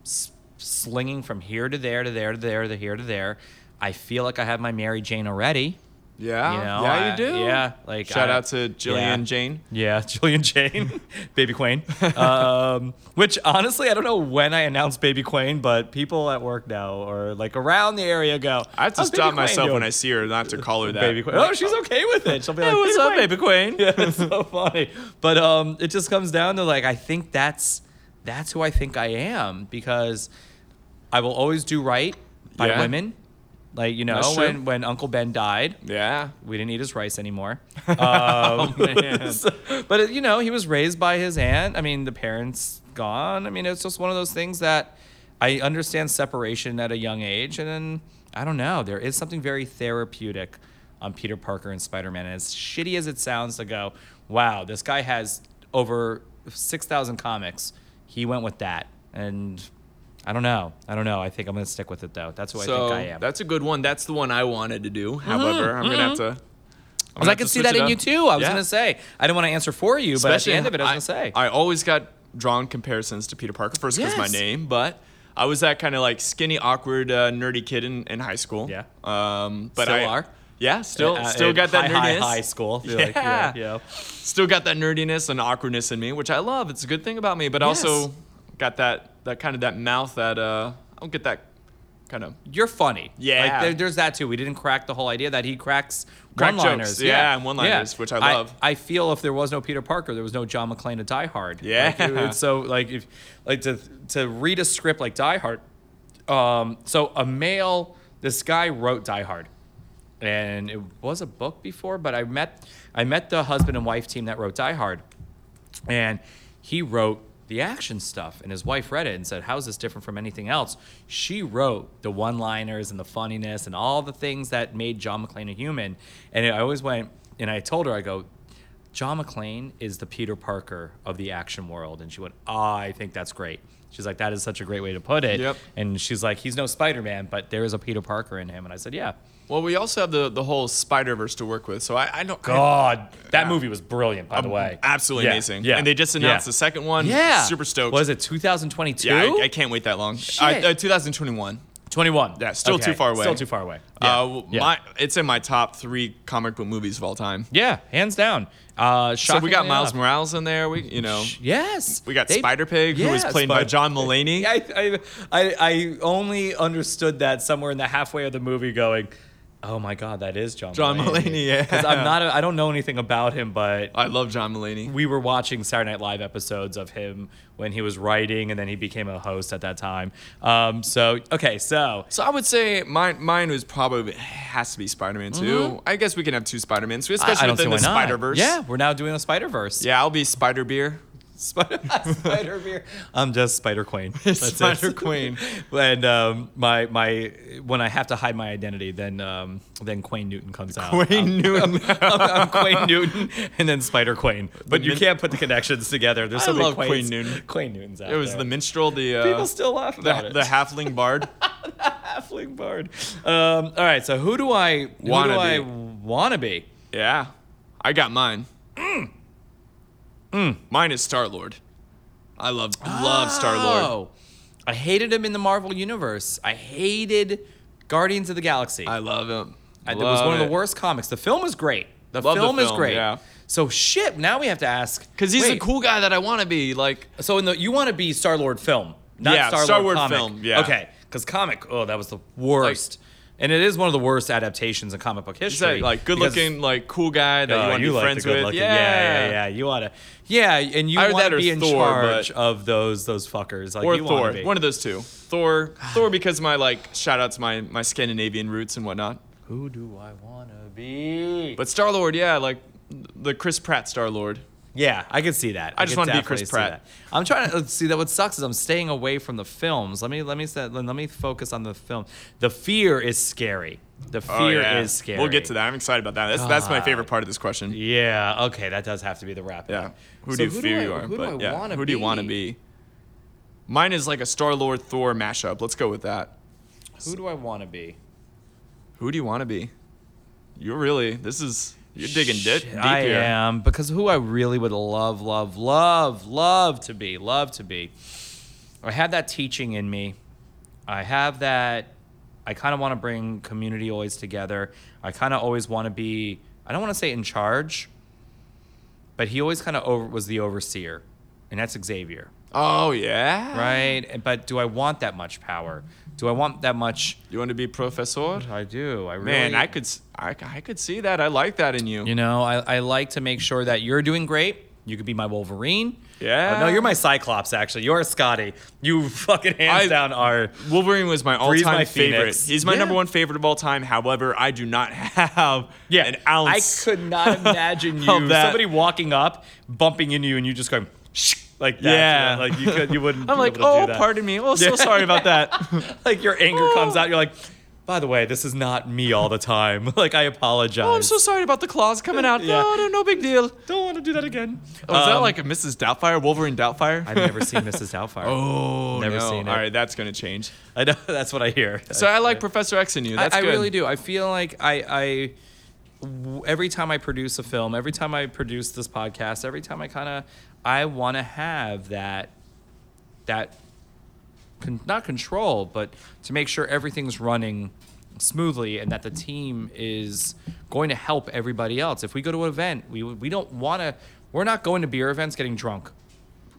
Speaker 1: s- slinging from here to there to there to there to here to there. I feel like I have my Mary Jane already.
Speaker 2: Yeah.
Speaker 1: You know,
Speaker 2: Ah, yeah,
Speaker 1: I-
Speaker 2: you do.
Speaker 1: yeah, like,
Speaker 2: shout
Speaker 1: I-
Speaker 2: out to Jillian
Speaker 1: yeah.
Speaker 2: Jane.
Speaker 1: Yeah, Jillian Jane, Baby Queen. Um, which honestly, I don't know when I announced Baby Queen, but people at work now or like around the area go.
Speaker 2: I have to
Speaker 1: "How's Oh, Baby
Speaker 2: stop
Speaker 1: Queen
Speaker 2: myself when
Speaker 1: doing?"
Speaker 2: I see her not to call her that.
Speaker 1: Baby Queen. Oh, she's okay with it. She'll be like,
Speaker 2: Hey, what's
Speaker 1: "Baby
Speaker 2: up,
Speaker 1: Queen."
Speaker 2: Baby Queen?
Speaker 1: yeah, it's so funny. But um, it just comes down to like I think that's that's who I think I am because I will always do right by
Speaker 2: Yeah.
Speaker 1: women. Like you know
Speaker 2: That's true.
Speaker 1: when when Uncle Ben died,
Speaker 2: Yeah.
Speaker 1: we didn't eat his rice anymore. Um, so- but uh, you know, he was raised by his aunt. I mean, the parents gone. I mean, it's just one of those things that I understand separation at a young age, and then I don't know. There is something very therapeutic on Peter Parker and Spider Man. And as shitty as it sounds to go, wow, this guy has over six thousand comics. He went with that, and I don't know. I don't know. I think I'm gonna stick with it though. That's who I
Speaker 2: So
Speaker 1: think I am. Hmm,
Speaker 2: that's a good one. That's the one I wanted to do. However, I'm gonna have to.
Speaker 1: I
Speaker 2: I'm
Speaker 1: was
Speaker 2: gonna
Speaker 1: like, I
Speaker 2: have
Speaker 1: can
Speaker 2: to
Speaker 1: see
Speaker 2: switch
Speaker 1: that
Speaker 2: it
Speaker 1: in
Speaker 2: up.
Speaker 1: you too. I was
Speaker 2: Yeah.
Speaker 1: gonna say I didn't want to answer for you, but at the end of it, I was gonna say
Speaker 2: I always got drawn comparisons to Peter Parker first because my
Speaker 1: Yes.
Speaker 2: name, but I was that kind of like skinny, awkward, uh, nerdy kid in, in high school.
Speaker 1: Yeah.
Speaker 2: Um, but
Speaker 1: Still
Speaker 2: I
Speaker 1: are.
Speaker 2: Yeah, still,
Speaker 1: Uh,
Speaker 2: still
Speaker 1: in
Speaker 2: got that
Speaker 1: high,
Speaker 2: nerdiness.
Speaker 1: high, high school. You're like,
Speaker 2: Yeah.
Speaker 1: yeah,
Speaker 2: Still got that nerdiness and awkwardness in me, which I love. It's a good thing about me, but
Speaker 1: Yes.
Speaker 2: also got that that kind of that mouth that uh, I don't get that kind of
Speaker 1: You're funny.
Speaker 2: Yeah.
Speaker 1: like, there, there's that too. We didn't crack the whole idea that he cracks
Speaker 2: Crack
Speaker 1: one-liners.
Speaker 2: jokes. Yeah, and one-liners, which I love.
Speaker 1: I, feel if there was no Peter Parker, there was no John McClane to Die Hard.
Speaker 2: Yeah.
Speaker 1: Like, it- it's so like if like to to read a script like Die Hard. Um, so a male, this guy wrote Die Hard. and it was a book before, but I met I met the husband and wife team that wrote Die Hard, and he wrote the action stuff, and his wife read it and said, "How is this different from anything else?" She wrote the one-liners and the funniness and all the things that made John McClane a human, and I always went and I told her, I go. John McClane is the Peter Parker of the action world. And she went, Ah, I think that's great. She's like, That is such a great way to put it.
Speaker 2: Yep.
Speaker 1: And she's like, He's no Spider Man, but there is a Peter Parker in him. And I said, Yeah.
Speaker 2: Well, we also have the the whole Spider Verse to work with, so I, I don't. I,
Speaker 1: God, that movie was brilliant, by the way.
Speaker 2: absolutely
Speaker 1: Yeah,
Speaker 2: amazing.
Speaker 1: Yeah,
Speaker 2: And they just announced the
Speaker 1: yeah.
Speaker 2: second one.
Speaker 1: Yeah,
Speaker 2: Super stoked.
Speaker 1: Was it 2022?
Speaker 2: Yeah, I, I can't wait that long.
Speaker 1: Shit.
Speaker 2: Uh, uh, 2021.
Speaker 1: 21.
Speaker 2: Yeah, still too far away.
Speaker 1: Still too far away.
Speaker 2: Uh,
Speaker 1: Yeah,
Speaker 2: well,
Speaker 1: yeah.
Speaker 2: my it's in my top three comic book movies of all time.
Speaker 1: yeah, hands down. Uh,
Speaker 2: So we got
Speaker 1: shockingly
Speaker 2: Miles
Speaker 1: enough.
Speaker 2: Morales in there. We you know
Speaker 1: Yes,
Speaker 2: we got
Speaker 1: They-
Speaker 2: Spider Pig, who was
Speaker 1: Yeah,
Speaker 2: played by
Speaker 1: Spider-
Speaker 2: John Mulaney.
Speaker 1: I, I, I, I only understood that somewhere in the halfway of the movie, going, "Oh my God, that is John."
Speaker 2: John Mulaney, yeah.
Speaker 1: because I'm not, a, I don't know anything about him, but
Speaker 2: I love John Mulaney.
Speaker 1: we were watching Saturday Night Live episodes of him when he was writing, and then he became a host at that time. Um, so okay, so
Speaker 2: So I would say mine mine was probably has to be Spider Man 2 I guess we can have two Spider Mans,
Speaker 1: I- I
Speaker 2: especially
Speaker 1: don't see
Speaker 2: within the
Speaker 1: why not.
Speaker 2: Spider Verse.
Speaker 1: Yeah, we're now doing a Spider Verse.
Speaker 2: yeah, I'll be Spider Beer.
Speaker 1: Spider, Spider beer. I'm just Spider Queen.
Speaker 2: Spider Queen.
Speaker 1: and um, my my when I have to hide my identity, then um, then Queen Newton comes out. I'm,
Speaker 2: Wayne Newton.
Speaker 1: I'm, I'm Queen Newton and then Spider Queen. But you
Speaker 2: min-
Speaker 1: can't put the connections together. There's so
Speaker 2: I
Speaker 1: many
Speaker 2: love Queen
Speaker 1: Quains-
Speaker 2: Newton.
Speaker 1: Queen Newtons out
Speaker 2: It was
Speaker 1: there.
Speaker 2: the minstrel, the uh,
Speaker 1: people still laugh about
Speaker 2: the,
Speaker 1: it.
Speaker 2: the halfling bard.
Speaker 1: halfling bard. Um, all right, so who do I
Speaker 2: Wanna
Speaker 1: who do I
Speaker 2: be.
Speaker 1: wanna be?
Speaker 2: Yeah, I got mine.
Speaker 1: Mm.
Speaker 2: Mm. Mine is Star Lord. I love love Star Lord.
Speaker 1: Oh, I hated him in the Marvel universe. I hated Guardians of the Galaxy.
Speaker 2: I love him.
Speaker 1: I-
Speaker 2: I
Speaker 1: it was one of
Speaker 2: it.
Speaker 1: the worst comics. The film is great. The,
Speaker 2: Love the
Speaker 1: film, is
Speaker 2: film,
Speaker 1: great.
Speaker 2: yeah.
Speaker 1: So shit, now we have to ask
Speaker 2: Cause he's
Speaker 1: wait,
Speaker 2: the cool guy that I want to be. Like
Speaker 1: So in the you want to be Star Lord film, not
Speaker 2: Yeah,
Speaker 1: Star
Speaker 2: Star
Speaker 1: Lord
Speaker 2: Lord
Speaker 1: comic.
Speaker 2: film, yeah.
Speaker 1: Okay, because comic, oh, that was the worst. and it is one of the worst adaptations in comic book
Speaker 2: he's
Speaker 1: history.
Speaker 2: that like good
Speaker 1: because-
Speaker 2: looking, like cool guy that
Speaker 1: Oh,
Speaker 2: you want to be
Speaker 1: like the
Speaker 2: friends
Speaker 1: good
Speaker 2: with.
Speaker 1: looking-
Speaker 2: Yeah.
Speaker 1: yeah, yeah, yeah. You want to, yeah, and you
Speaker 2: Either
Speaker 1: want
Speaker 2: that
Speaker 1: to
Speaker 2: or
Speaker 1: be in
Speaker 2: Thor, but-
Speaker 1: charge of those those fuckers. Like
Speaker 2: Or
Speaker 1: you wanna
Speaker 2: Thor,
Speaker 1: be.
Speaker 2: one of those two. Thor, Thor because of my like shout out to my my Scandinavian roots and whatnot.
Speaker 1: Who do I want to be?
Speaker 2: But Star Lord, yeah, like the Chris Pratt Star Lord.
Speaker 1: Yeah, I could see that.
Speaker 2: I just
Speaker 1: could
Speaker 2: wanna be
Speaker 1: definitely
Speaker 2: Chris
Speaker 1: see
Speaker 2: Pratt.
Speaker 1: that. I'm trying to see that. What sucks is I'm staying away from the films. Let me let me set, let me focus on the film. The fear is scary. The fear is scary.
Speaker 2: Oh, We'll get to that. I'm excited about that. That's that's my
Speaker 1: God.
Speaker 2: favorite part of this question. Yeah.
Speaker 1: Yeah. Okay, that does have to be the wrap.
Speaker 2: Who
Speaker 3: So
Speaker 2: do you
Speaker 3: who do
Speaker 2: fear
Speaker 3: I-
Speaker 2: you are?
Speaker 3: who do
Speaker 2: but
Speaker 3: I
Speaker 2: yeah.
Speaker 3: wanna
Speaker 2: who do you want to
Speaker 3: be?
Speaker 2: be? Mine is like a Star Lord Thor mashup. Let's go with that.
Speaker 1: Who do I want to be?
Speaker 2: Who do you want to be? You're really this is you're digging di-
Speaker 1: Shit,
Speaker 2: deep
Speaker 1: I
Speaker 2: here.
Speaker 1: am because who I really would love, love, love, love to be, love to be. I have that teaching in me. I have that. I kind of want to bring community always together. I kind of always want to be. I don't want to say in charge, but he always kind of over was the overseer, and that's Xavier,
Speaker 2: Oh yeah.
Speaker 1: right? But do I want that much power? Do I want that much?
Speaker 2: You want to be professor?
Speaker 1: I do. I really.
Speaker 2: Man, I could s- I, I could see that. I like that in you.
Speaker 1: You know, I, I like to make sure that you're doing great. You could be my Wolverine.
Speaker 2: Yeah.
Speaker 1: Uh, no, you're my Cyclops, actually. You're Scotty. You fucking hands
Speaker 2: I-
Speaker 1: down are.
Speaker 2: Wolverine was my all-time
Speaker 1: my
Speaker 2: favorite.
Speaker 1: Phoenix.
Speaker 2: He's my
Speaker 1: Yeah.
Speaker 2: number one favorite of all time. However, I do not have an ounce.
Speaker 1: I could not imagine you,
Speaker 2: of that.
Speaker 1: somebody walking up, bumping into you, and you just going, "Shh," like that.
Speaker 2: Yeah.
Speaker 1: Like you, could, you wouldn't.
Speaker 2: I'm
Speaker 1: be
Speaker 2: like,
Speaker 1: able to do
Speaker 2: oh,
Speaker 1: that.
Speaker 2: pardon me. Oh,
Speaker 1: Yeah.
Speaker 2: so sorry about that.
Speaker 1: Like your anger
Speaker 2: Oh.
Speaker 1: comes out. You're like, by the way, this is not me all the time. Like, I apologize.
Speaker 2: Oh, I'm so sorry about the claws coming out.
Speaker 1: Yeah.
Speaker 2: No, no, no big deal. Was
Speaker 1: Don't want to do that again.
Speaker 2: Oh, that
Speaker 1: Um,
Speaker 2: like a Mrs. Doubtfire, Wolverine Doubtfire?
Speaker 1: I've never seen Mrs. Doubtfire.
Speaker 2: oh,
Speaker 1: never
Speaker 2: no.
Speaker 1: seen it.
Speaker 2: All right, that's gonna change.
Speaker 1: I know. That's what I hear.
Speaker 2: So I like Professor X in you. That's
Speaker 1: I, I
Speaker 2: good.
Speaker 1: really do. I feel like I, I w- every time I produce a film, every time I produce this podcast, every time I kind of, I want to have that, that, con- not control, but to make sure everything's running smoothly and that the team is going to help everybody else. If we go to an event, we we don't want to. We're not going to beer events getting drunk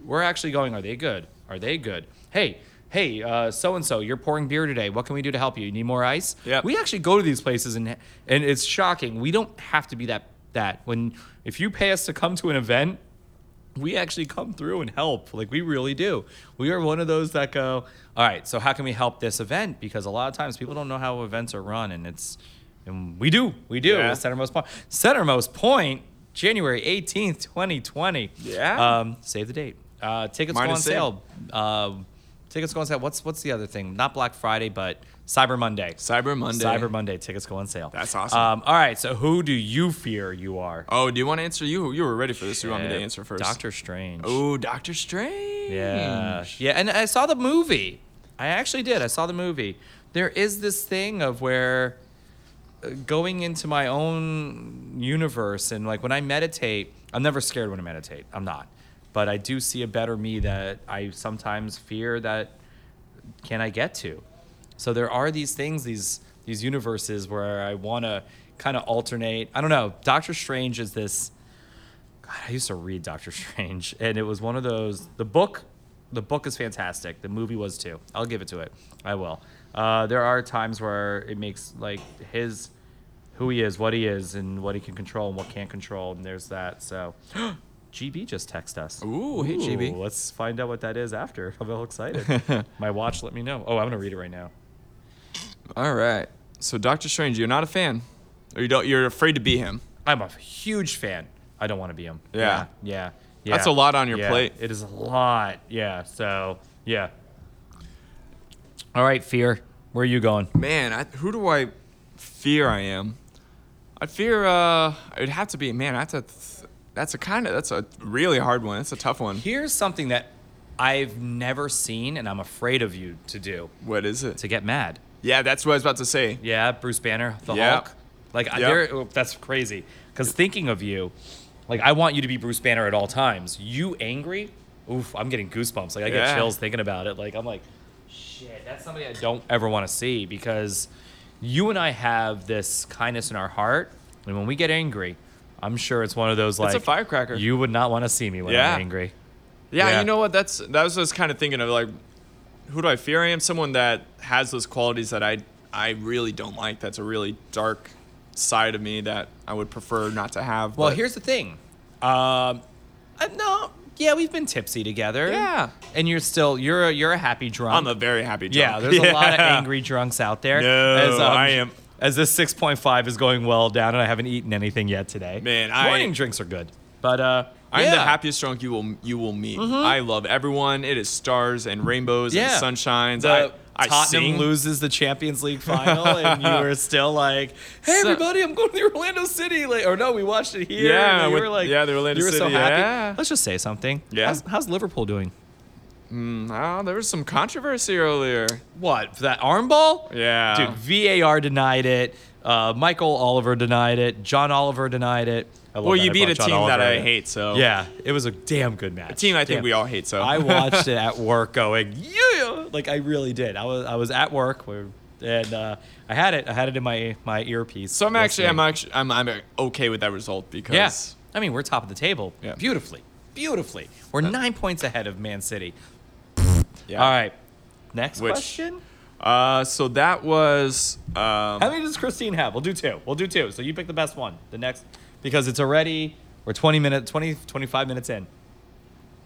Speaker 1: we're actually going are they good are they good hey hey so and so you're pouring beer today what can we do to help you you need more ice
Speaker 2: Yep.
Speaker 1: we actually go to these places and and it's shocking we don't have to be that that when if you pay us to come to an event we actually come through and help like we really do we are one of those that go all right so how can we help this event because a lot of times people don't know how events are run and it's and we do we do
Speaker 2: Yeah.
Speaker 1: centermost point centermost point january 18th 2020
Speaker 2: Yeah.
Speaker 1: um, save the date. Uh, tickets
Speaker 2: Mine
Speaker 1: go on
Speaker 2: is
Speaker 1: sale. Um tickets go on sale. What's what's the other thing? Not Black Friday, but Cyber Monday.
Speaker 2: Cyber Monday.
Speaker 1: Cyber Monday tickets go on sale.
Speaker 2: That's awesome.
Speaker 1: Um, all right, so who do you fear you are?
Speaker 2: Oh, do you want to answer? You you were ready for this. You want me to
Speaker 1: Uh,
Speaker 2: answer first?
Speaker 1: Doctor Strange.
Speaker 2: Oh, Doctor Strange.
Speaker 1: Yeah. Yeah, and I saw the movie. I actually did. I saw the movie. There is this thing of where uh, going into my own universe and like when I meditate, I'm never scared when I meditate. I'm not. But I do see a better me that I sometimes fear that can I get to? So there are these things, these these universes where I want to kind of alternate. I don't know. Doctor Strange is this God, I used to read Doctor Strange, and it was one of those. The book, the book is fantastic. The movie was too. I'll give it to it. I will. Uh, there are times where it makes like his, who he is, what he is, and what he can control and what can't control, and there's that. So, GB just text us.
Speaker 2: Ooh, hey, GB.
Speaker 1: Let's find out what that is after. I'm all excited. My watch let me know. Oh, I'm gonna read it right now.
Speaker 2: All right. So Doctor Strange, you're not a fan, or you don't. You're afraid to be him.
Speaker 1: I'm a huge fan. I don't want to be him.
Speaker 2: Yeah.
Speaker 1: Yeah. yeah.
Speaker 2: That's
Speaker 1: yeah,
Speaker 2: a lot on your
Speaker 1: yeah.
Speaker 2: plate.
Speaker 1: It is a lot. Yeah. So, yeah. All right, Fear. Where are you going?
Speaker 2: Man, I, who do I fear I am? I fear uh, it'd have to be man. I have to. Th- that's a kind of that's a really hard one. That's a tough one.
Speaker 1: Here's something that I've never seen and I'm afraid of you to do
Speaker 2: What is it?
Speaker 1: to get mad.
Speaker 2: Yeah, that's what I was about to say.
Speaker 1: Yeah, Bruce Banner, the
Speaker 2: Yeah.
Speaker 1: Hulk. Like, I
Speaker 2: Yeah.
Speaker 1: there, oh, that's crazy. Because thinking of you, like, I want you to be Bruce Banner at all times. You angry? Oof, I'm getting goosebumps. Like, I get
Speaker 2: Yeah.
Speaker 1: chills thinking about it. Like, I'm like, shit, that's somebody I don't ever want to see because you and I have this kindness in our heart. And when we get angry, I'm sure it's one of those like
Speaker 2: a firecracker.
Speaker 1: You would not want to see me when
Speaker 2: Yeah.
Speaker 1: I'm angry.
Speaker 2: Yeah,
Speaker 1: Yeah.
Speaker 2: you know what? That's that was what I was kind of thinking of like, who do I fear? I am someone that has those qualities that I I really don't like. That's a really dark side of me that I would prefer not to have.
Speaker 1: Well,
Speaker 2: but-
Speaker 1: here's the thing. Um, I, no, yeah, we've been tipsy together.
Speaker 2: Yeah.
Speaker 1: and you're still you're a, you're a happy drunk.
Speaker 2: I'm a very happy. Drunk.
Speaker 1: yeah, there's a lot of angry drunks out there. um,
Speaker 2: No, I am-
Speaker 1: As this 6.5 is going well down, and I haven't eaten anything yet today.
Speaker 2: Man, I-
Speaker 1: morning drinks are good, but uh,
Speaker 2: I'm the
Speaker 1: Yeah. Mm-hmm.
Speaker 2: happiest drunk you will you will meet. I love everyone. It is stars and rainbows
Speaker 1: Yeah.
Speaker 2: and sunshines.
Speaker 1: The
Speaker 2: I, I
Speaker 1: Tottenham
Speaker 2: sing.
Speaker 1: loses the Champions League final, and you were still like, "Hey,
Speaker 2: So-
Speaker 1: everybody, I'm going to Orlando City." Like, or no, we watched it here.
Speaker 2: Yeah,
Speaker 1: and you
Speaker 2: with-
Speaker 1: were like,
Speaker 2: yeah, the Orlando
Speaker 1: you were so
Speaker 2: City,
Speaker 1: happy.
Speaker 2: yeah.
Speaker 1: Let's just say something.
Speaker 2: Yeah.
Speaker 1: How's, how's Liverpool doing?
Speaker 2: Oh, there was some controversy earlier.
Speaker 1: What for that arm ball?
Speaker 2: Yeah.
Speaker 1: dude. VAR denied it. Uh, Michael Oliver denied it. John Oliver denied it. I love
Speaker 2: well,
Speaker 1: that
Speaker 2: you
Speaker 1: I
Speaker 2: beat
Speaker 1: brought
Speaker 2: a
Speaker 1: John
Speaker 2: team that
Speaker 1: Oliver
Speaker 2: I
Speaker 1: in.
Speaker 2: hate, so
Speaker 1: Yeah, it was a damn good match.
Speaker 2: A team I think
Speaker 1: Damn.
Speaker 2: we all hate, so
Speaker 1: I watched it at work, going yeah, like I really did. I was I was at work, where, and uh, I had it. I had it in my my earpiece.
Speaker 2: So I'm actually I'm
Speaker 1: listening.
Speaker 2: actually I'm, I'm okay with that result because
Speaker 1: yeah. I mean, we're top of the table.
Speaker 2: Yeah.
Speaker 1: Beautifully, beautifully. We're nine points ahead of Man City.
Speaker 2: Yeah.
Speaker 1: All right. Next
Speaker 2: Which-
Speaker 1: question.
Speaker 2: Uh, so that was um,
Speaker 1: How many does Christine have? We'll do two. We'll do two. So you pick the best one. The next, because it's already, we're 20 minutes, 20, 25 minutes in.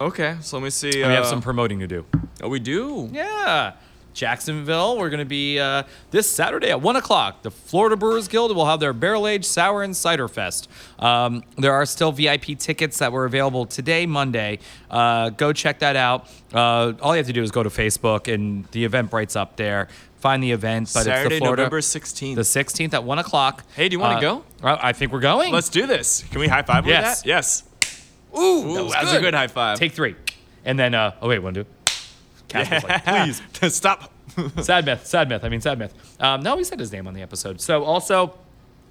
Speaker 2: okay. So let me see.
Speaker 1: we have
Speaker 2: uh,
Speaker 1: some promoting to do.
Speaker 2: oh, we do.
Speaker 1: Yeah. Jacksonville, we're going to be uh, this Saturday at 1 o'clock. The Florida Brewers Guild will have their Barrel Age Sour and Cider Fest. Um, there are still VIP tickets that were available today, Monday. Uh, go check that out. Uh, all you have to do is go to Facebook, and the event bright's up there. Find the event, but it's
Speaker 2: Saturday,
Speaker 1: the Florida.
Speaker 2: November
Speaker 1: the
Speaker 2: 16th.
Speaker 1: 16th at 1 o'clock. Uh,
Speaker 2: Hey, do you wanna go?
Speaker 1: I I think we're going.
Speaker 2: Let's do this. Can we high five
Speaker 1: Yes.
Speaker 2: with that? Yes.
Speaker 1: Ooh,
Speaker 2: Ooh, that was a good high five.
Speaker 1: Take three. And then, uh, oh, wait, one, two. Casper's like, please.
Speaker 2: please stop.
Speaker 1: Sad myth, sad myth. I mean, sad myth. Um, no, he said his name on the episode. So also,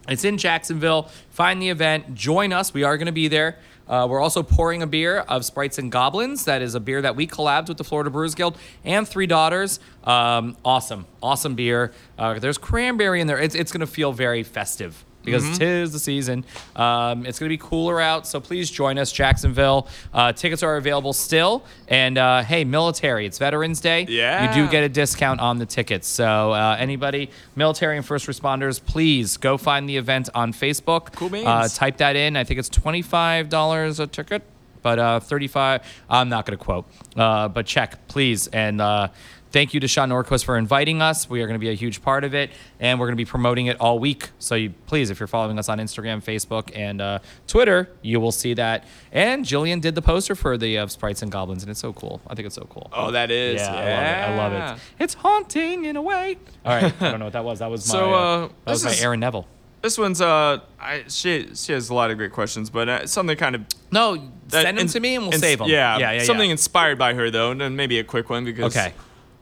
Speaker 1: it's in Jacksonville. Find the event. Join us. We are going to be there. Uh, we're also pouring a beer of Sprites and Goblins. That is a beer that we collabed with the Florida Brewers Guild and Three Daughters. Um, awesome, awesome beer. Uh, there's cranberry in there. It's, it's going to feel very festive because tis the season. Um, it's going to be cooler out, so please join us, Jacksonville. Uh, tickets are available still. And uh, hey, military, it's Veterans Day. You do
Speaker 2: Yeah.
Speaker 1: get a discount on the tickets. So uh, anybody, military and first responders, please go find the event on Facebook.
Speaker 2: Cool beans.
Speaker 1: Uh, type that in. I think it's twenty-five dollars a ticket, but uh, thirty-five. I'm not going to quote, uh, but check please and. Uh, Thank you to Sean Norquist for inviting us. We are going to be a huge part of it, and we're going to be promoting it all week. So you, please, if you're following us on Instagram, Facebook, and uh, Twitter, you will see that. And Jillian did the poster for the uh, Sprites and Goblins, and it's so cool. I think it's so cool.
Speaker 2: Oh, that is.
Speaker 1: Yeah, I love it. I love
Speaker 2: yeah.
Speaker 1: it. It's haunting in a way. All right, I don't know what that was. That was my.
Speaker 2: So,
Speaker 1: uh,
Speaker 2: uh,
Speaker 1: that was
Speaker 2: this
Speaker 1: my
Speaker 2: is-
Speaker 1: Aaron Neville.
Speaker 2: This one's uh, I, she she has a lot of great questions, but uh, something kind of
Speaker 1: No,
Speaker 2: that-
Speaker 1: send them
Speaker 2: in-
Speaker 1: to me and we'll
Speaker 2: ins-
Speaker 1: save them.
Speaker 2: Yeah,
Speaker 1: yeah, yeah.
Speaker 2: Something inspired by her though, and then maybe a quick one because
Speaker 1: Okay.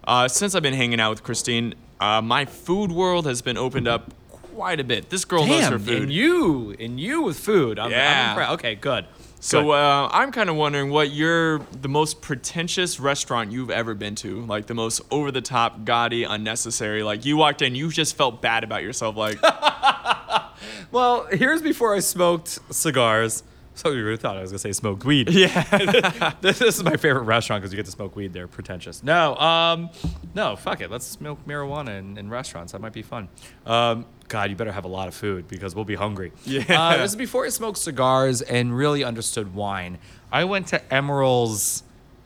Speaker 2: Uh, since I've been hanging out with Christine, uh, my food world has been opened up quite a bit. This girl loves
Speaker 1: Damn,
Speaker 2: her food.
Speaker 1: and you, and you with food. I'm, I'm
Speaker 2: Yeah.
Speaker 1: impressed. Okay, good.
Speaker 2: so
Speaker 1: Good.
Speaker 2: uh, I'm kind of wondering what your the most pretentious restaurant you've ever been to, like the most over the top, gaudy, unnecessary. Like you walked in, you just felt bad about yourself. Like
Speaker 1: well, here's before I smoked cigars. So you would have thought I was gonna say smoked weed. Yeah, this, this is my favorite restaurant because you get to smoke weed there. Pretentious. No, um, no, fuck it. Let's smoke marijuana in, in restaurants. That might be fun. Um, God, you better have a lot of food because we'll be hungry.
Speaker 2: Yeah.
Speaker 1: Uh, this is before I smoked cigars and really understood wine. I went to Emerald's.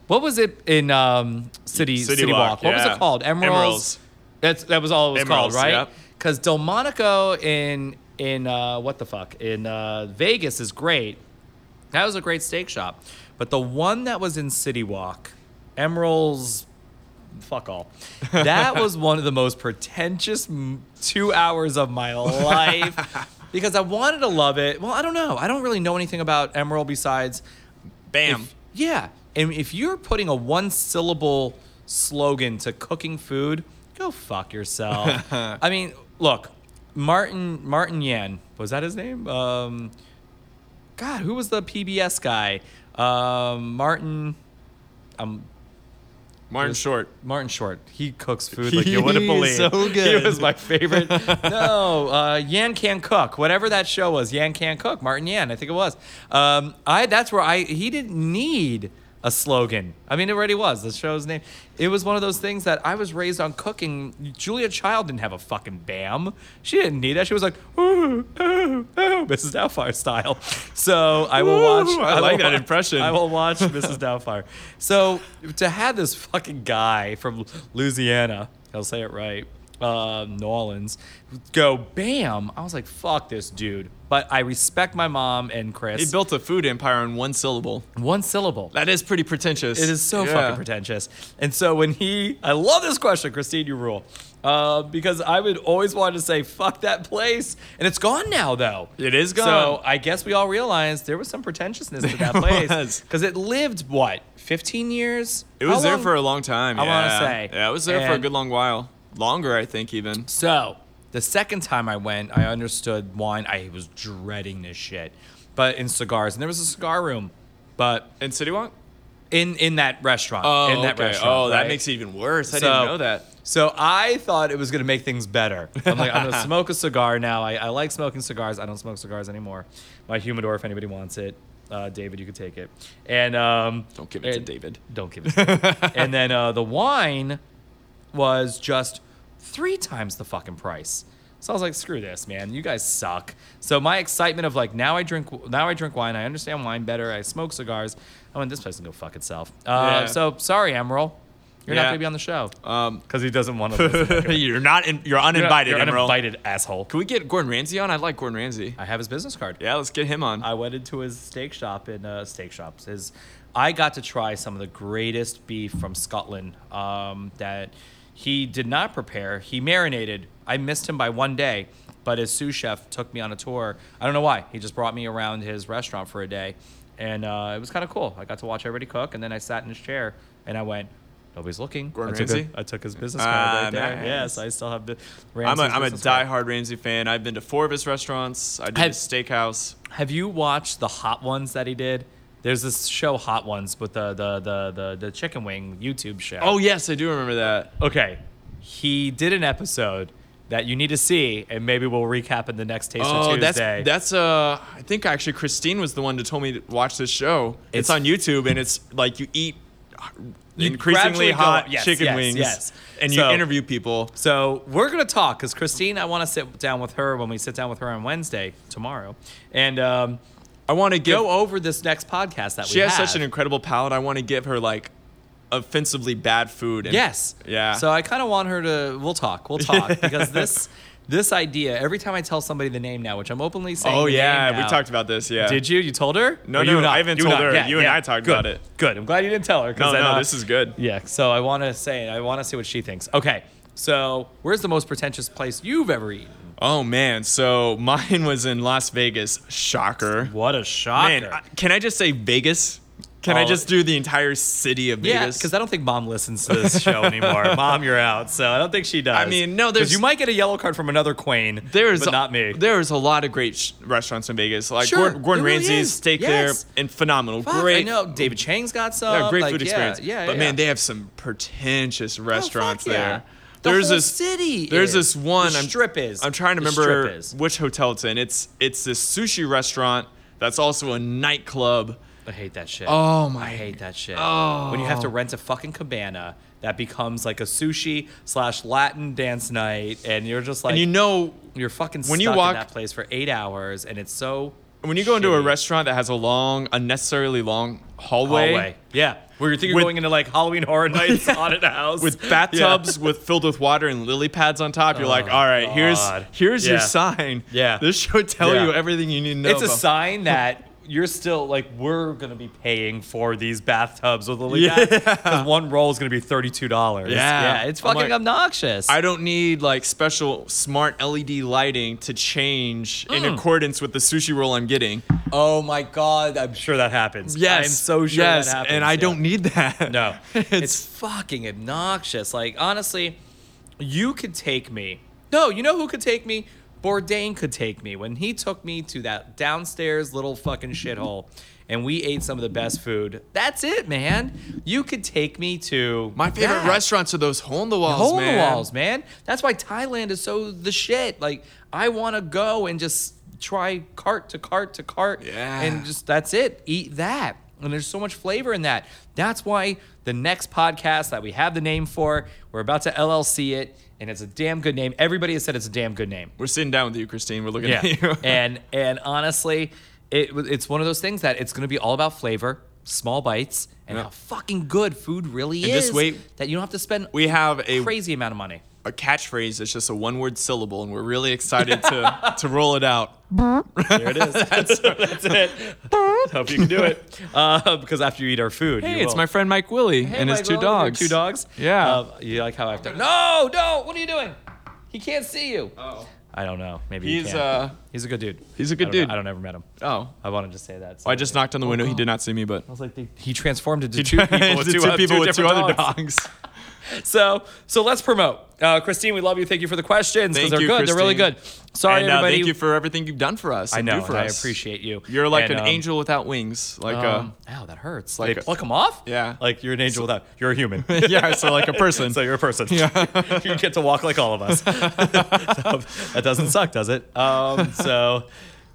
Speaker 1: What was it in um, City
Speaker 2: City
Speaker 1: City, Walk?
Speaker 2: Walk,
Speaker 1: What was
Speaker 2: yeah.
Speaker 1: it called? Emerald's.
Speaker 2: Emerald's.
Speaker 1: That's that was all it was
Speaker 2: Emeralds,
Speaker 1: called, right?
Speaker 2: yep.
Speaker 1: Because Delmonico in in uh, what the fuck in uh, Vegas is great. That was a great steak shop, but the one that was in City Walk, Emeralds, fuck all. That was one of the most pretentious m- two hours of my life because I wanted to love it. Well, I don't know. I don't really know anything about Emerald besides
Speaker 2: bam.
Speaker 1: if- yeah. And if you're putting a one syllable slogan to cooking food, go fuck yourself. I mean, look, Martin Martin Yan, was that his name? Um, God, who was the PBS guy? Um, Martin um,
Speaker 2: Martin Short.
Speaker 1: Martin Short. He cooks food like you wouldn't
Speaker 2: He's
Speaker 1: believe.
Speaker 2: so good.
Speaker 1: He was my favorite. no, uh, Yan Can Cook. Whatever that show was, Yan Can Cook. Martin Yan, I think it was. Um, I that's where I he didn't need a slogan. I mean, it already was the show's name. It was one of those things that I was raised on cooking. Julia Child didn't have a fucking bam. She didn't need that. She was like, ooh, ooh, ooh, Mrs. Doubtfire style. So I will watch.
Speaker 2: Ooh, I
Speaker 1: will
Speaker 2: like that
Speaker 1: wa-
Speaker 2: impression.
Speaker 1: I will I'll watch Mrs. Doubtfire. So to have this fucking guy from Louisiana, I'll say it right, uh, New Orleans go bam. I was like, fuck this dude. But I respect my mom and Chris.
Speaker 2: He built a food empire in one syllable.
Speaker 1: One syllable.
Speaker 2: That is pretty pretentious.
Speaker 1: It is so fucking pretentious. And so when he, I love this question, Christine, you rule. Uh, because I would always want to say, fuck that place. And it's gone now, though.
Speaker 2: It is gone.
Speaker 1: So I guess we all realized there was some pretentiousness to that
Speaker 2: There
Speaker 1: place.
Speaker 2: was.
Speaker 1: Because it lived, what, 15 years?
Speaker 2: It
Speaker 1: How
Speaker 2: was there
Speaker 1: long-
Speaker 2: for a long time.
Speaker 1: I wanna
Speaker 2: yeah.
Speaker 1: say.
Speaker 2: Yeah, it was there for a
Speaker 1: And-
Speaker 2: good long while. Longer, I think, even.
Speaker 1: So the second time I went, I understood wine. I was dreading this shit. But in cigars, and there was a cigar room, but
Speaker 2: In City Walk?
Speaker 1: in in that restaurant, in that restaurant.
Speaker 2: Oh, that
Speaker 1: right?
Speaker 2: makes it even worse. I
Speaker 1: So-
Speaker 2: didn't know that.
Speaker 1: So I thought it was gonna make things better. I'm like, I'm gonna smoke a cigar now. I, I like smoking cigars. I don't smoke cigars anymore. My humidor, if anybody wants it, uh, David, you could take it. And um,
Speaker 2: Don't give it to
Speaker 1: and-
Speaker 2: David.
Speaker 1: Don't give it. to David. and then uh, the wine was just three times the fucking price. So I was like, screw this, man. You guys suck. So my excitement of like now I drink now I drink wine. I understand wine better. I smoke cigars. I went this place can go fuck itself. Uh,
Speaker 2: Yeah.
Speaker 1: So sorry, Emerald. You're not
Speaker 2: Yeah.
Speaker 1: gonna be on the show
Speaker 2: Um,
Speaker 1: because he doesn't want to. Listen.
Speaker 2: you're not. In, you're uninvited,
Speaker 1: You're
Speaker 2: Emeril.
Speaker 1: uninvited, asshole.
Speaker 2: Can we get Gordon Ramsay on? I like Gordon Ramsay.
Speaker 1: I have his business card.
Speaker 2: Yeah, let's get him on.
Speaker 1: I went into his steak shop in uh, steak shops. His, I got to try some of the greatest beef from Scotland um, that he did not prepare. He marinated. I missed him by one day, but his sous chef took me on a tour. I don't know why. He just brought me around his restaurant for a day, and uh, it was kind of cool. I got to watch everybody cook, and then I sat in his chair and I went. Nobody's looking.
Speaker 2: Gordon
Speaker 1: I took, a-
Speaker 2: Ramsay?
Speaker 1: I took his business card right
Speaker 2: Ah,
Speaker 1: there.
Speaker 2: nice.
Speaker 1: Yes, I still have the.
Speaker 2: I'm a,
Speaker 1: Ramsay's
Speaker 2: I'm a
Speaker 1: business card.
Speaker 2: diehard Ramsay fan. I've been to four of his restaurants. I did
Speaker 1: Have-
Speaker 2: his steakhouse.
Speaker 1: Have you watched the hot ones that he did? There's this show, Hot Ones, with the the the the, the chicken wing YouTube show.
Speaker 2: Oh yes, I do remember that.
Speaker 1: okay. He did an episode that you need to see, and maybe we'll recap in the next Taste of
Speaker 2: Oh,
Speaker 1: Tuesday.
Speaker 2: that's that's uh. I think actually Christine was the one that told me to watch this show.
Speaker 1: It's-
Speaker 2: It's, on YouTube and it's like you eat
Speaker 1: You gradually
Speaker 2: increasingly
Speaker 1: go
Speaker 2: hot
Speaker 1: up. Yes,
Speaker 2: chicken
Speaker 1: yes,
Speaker 2: wings,
Speaker 1: yes.
Speaker 2: and
Speaker 1: So-
Speaker 2: you interview people.
Speaker 1: So we're gonna talk because Christine, I want to sit down with her when we sit down with her on Wednesday tomorrow, and um,
Speaker 2: I want to give.
Speaker 1: go over this next podcast that
Speaker 2: she
Speaker 1: we
Speaker 2: has
Speaker 1: have.
Speaker 2: such an incredible palate. I want to give her like offensively bad food. And,
Speaker 1: Yes.
Speaker 2: Yeah.
Speaker 1: So I kind of want her to. We'll talk. We'll talk because this this idea. Every time I tell somebody the name now, which I'm openly saying.
Speaker 2: oh
Speaker 1: the name
Speaker 2: yeah, we
Speaker 1: now.
Speaker 2: talked about this. Yeah.
Speaker 1: Did you? You told her?
Speaker 2: No,
Speaker 1: Or you
Speaker 2: no,
Speaker 1: not?
Speaker 2: I haven't
Speaker 1: You
Speaker 2: told
Speaker 1: not.
Speaker 2: her.
Speaker 1: Yeah,
Speaker 2: You and
Speaker 1: yeah.
Speaker 2: I talked
Speaker 1: Good.
Speaker 2: about it.
Speaker 1: Good. I'm glad you didn't tell her. 'cause
Speaker 2: No,
Speaker 1: then,
Speaker 2: no,
Speaker 1: uh,
Speaker 2: this is good.
Speaker 1: Yeah. So I want to say. I want to see what she thinks. Okay. So where's the most pretentious place you've ever eaten?
Speaker 2: Oh man, so mine was in Las Vegas. Shocker.
Speaker 1: What a shocker.
Speaker 2: Man, I- can I just say Vegas? Can I
Speaker 1: Oh.
Speaker 2: just do the entire city of
Speaker 1: yeah,
Speaker 2: Vegas?
Speaker 1: because I don't think mom listens to this show anymore. mom, you're out. So I don't think she does.
Speaker 2: I mean, no,
Speaker 1: 'Cause
Speaker 2: there's-
Speaker 1: you might get a yellow card from another queen.
Speaker 2: there's
Speaker 1: but not me.
Speaker 2: There's a lot of great sh- restaurants in Vegas. Like
Speaker 1: Sure,
Speaker 2: Gordon, Gordon
Speaker 1: there really
Speaker 2: Ramsay's
Speaker 1: is.
Speaker 2: steak
Speaker 1: Yes.
Speaker 2: there and phenomenal.
Speaker 1: Fuck,
Speaker 2: great.
Speaker 1: I know David Chang's got some.
Speaker 2: Yeah, great
Speaker 1: like,
Speaker 2: food
Speaker 1: yeah,
Speaker 2: experience.
Speaker 1: Yeah, yeah.
Speaker 2: but man,
Speaker 1: yeah.
Speaker 2: they have some pretentious
Speaker 1: Oh, fuck
Speaker 2: restaurants
Speaker 1: yeah.
Speaker 2: there.
Speaker 1: The
Speaker 2: there's
Speaker 1: whole
Speaker 2: this
Speaker 1: city.
Speaker 2: There's
Speaker 1: is.
Speaker 2: this one.
Speaker 1: The
Speaker 2: I'm,
Speaker 1: strip is.
Speaker 2: I'm trying to
Speaker 1: The
Speaker 2: remember
Speaker 1: strip is.
Speaker 2: which hotel it's in. It's it's this sushi restaurant that's also a nightclub.
Speaker 1: I hate that shit.
Speaker 2: Oh my!
Speaker 1: I hate that shit. When you have to rent a fucking cabana that becomes like a sushi slash Latin dance night, and you're just like
Speaker 2: And you know
Speaker 1: you're fucking stuck
Speaker 2: when you walk-
Speaker 1: in that place for eight hours, and it's so
Speaker 2: when you go into a
Speaker 1: shitty.
Speaker 2: restaurant that has a long, unnecessarily long hallway,
Speaker 1: hallway. Yeah, where you think you're
Speaker 2: With-
Speaker 1: going into like Halloween Horror Nights on haunted house
Speaker 2: with
Speaker 1: Yeah.
Speaker 2: bathtubs with filled with water and lily pads on top, you're like,
Speaker 1: Oh,
Speaker 2: all right,
Speaker 1: God.
Speaker 2: here's here's your
Speaker 1: Yeah.
Speaker 2: sign.
Speaker 1: Yeah.
Speaker 2: this should tell
Speaker 1: Yeah.
Speaker 2: you everything you need to know.
Speaker 1: it's a
Speaker 2: about-
Speaker 1: sign that you're still like we're gonna be paying for these bathtubs with lily
Speaker 2: Yeah.
Speaker 1: because one roll is gonna be thirty two dollars.
Speaker 2: Yeah.
Speaker 1: it's
Speaker 2: I'm
Speaker 1: fucking
Speaker 2: like-
Speaker 1: obnoxious.
Speaker 2: I don't need like special smart LED lighting to change
Speaker 1: Hmm.
Speaker 2: in accordance with the sushi roll I'm getting.
Speaker 1: oh my god, I'm sure that happens.
Speaker 2: Yes,
Speaker 1: I'm so sure
Speaker 2: yes,
Speaker 1: that happens.
Speaker 2: and I
Speaker 1: yeah.
Speaker 2: don't need that.
Speaker 1: No,
Speaker 2: it's,
Speaker 1: it's, fucking obnoxious. Like honestly, you could take me. No, you know who could take me? Bourdain could take me when he took me to that downstairs little fucking shithole, and we ate some of the best food. That's it, man. You could take me to
Speaker 2: my favorite
Speaker 1: that.
Speaker 2: restaurants are those hole in the walls.
Speaker 1: Hole
Speaker 2: man.
Speaker 1: in the walls, man. That's why Thailand is so the shit. Like I want to go and just try cart to cart to cart,
Speaker 2: Yeah.
Speaker 1: and just that's it. Eat that, and there's so much flavor in that. That's why the next podcast that we have the name for, we're about to LLC it, and it's a damn good name. Everybody has said it's a damn good name.
Speaker 2: We're sitting down with you, Christine. We're looking at
Speaker 1: Yeah.
Speaker 2: you.
Speaker 1: and and honestly, it w- it's one of those things that it's going to be all about flavor, small bites, and
Speaker 2: Yeah.
Speaker 1: how fucking good food really
Speaker 2: And
Speaker 1: is.
Speaker 2: just wait.
Speaker 1: that you don't have to spend
Speaker 2: we have a
Speaker 1: crazy amount of money.
Speaker 2: a catchphrase. It's just a one word syllable, and we're really excited to to roll it out.
Speaker 1: There it is. that's, that's it. Hope you can do it. Uh, because after you eat our food,
Speaker 2: Hey,
Speaker 1: you
Speaker 2: it's
Speaker 1: will.
Speaker 2: my friend Mike Willie and his
Speaker 1: Mike
Speaker 2: two
Speaker 1: Rowe, your
Speaker 2: dogs.
Speaker 1: Two dogs.
Speaker 2: Yeah.
Speaker 1: Um, you like how I have to? No, no. What are you doing? He can't see you.
Speaker 2: Oh.
Speaker 1: I don't know. Maybe he
Speaker 2: He's
Speaker 1: can.
Speaker 2: uh
Speaker 1: he's a good dude.
Speaker 2: he's a
Speaker 1: I
Speaker 2: good
Speaker 1: don't know.
Speaker 2: dude.
Speaker 1: I don't ever met him.
Speaker 2: oh.
Speaker 1: I wanted to say that. so-
Speaker 2: I just knocked on the window. He did not see me, but
Speaker 1: I was like, they, he transformed into two people with
Speaker 2: The
Speaker 1: two,
Speaker 2: two
Speaker 1: uh,
Speaker 2: people with two
Speaker 1: different
Speaker 2: other
Speaker 1: dogs.
Speaker 2: dogs.
Speaker 1: So, so let's promote. Uh, Christine, we love you. Thank you for the questions. 'cause
Speaker 2: Thank
Speaker 1: they're
Speaker 2: you,
Speaker 1: good. They're really
Speaker 2: Christine.
Speaker 1: good. Sorry,
Speaker 2: and, uh,
Speaker 1: everybody.
Speaker 2: thank you for everything you've done for us.
Speaker 1: I
Speaker 2: and
Speaker 1: know.
Speaker 2: do for
Speaker 1: and I
Speaker 2: us.
Speaker 1: appreciate you.
Speaker 2: You're like
Speaker 1: And,
Speaker 2: an
Speaker 1: um,
Speaker 2: angel without wings. Like uh,
Speaker 1: Um, ow, that hurts.
Speaker 2: like
Speaker 1: they
Speaker 2: a-
Speaker 1: pluck them off?
Speaker 2: Yeah.
Speaker 1: Like you're an angel without. You're a human.
Speaker 2: uh yeah, so like a person.
Speaker 1: so you're a person. you get to walk like all of us. So, that doesn't suck, does it? Um, so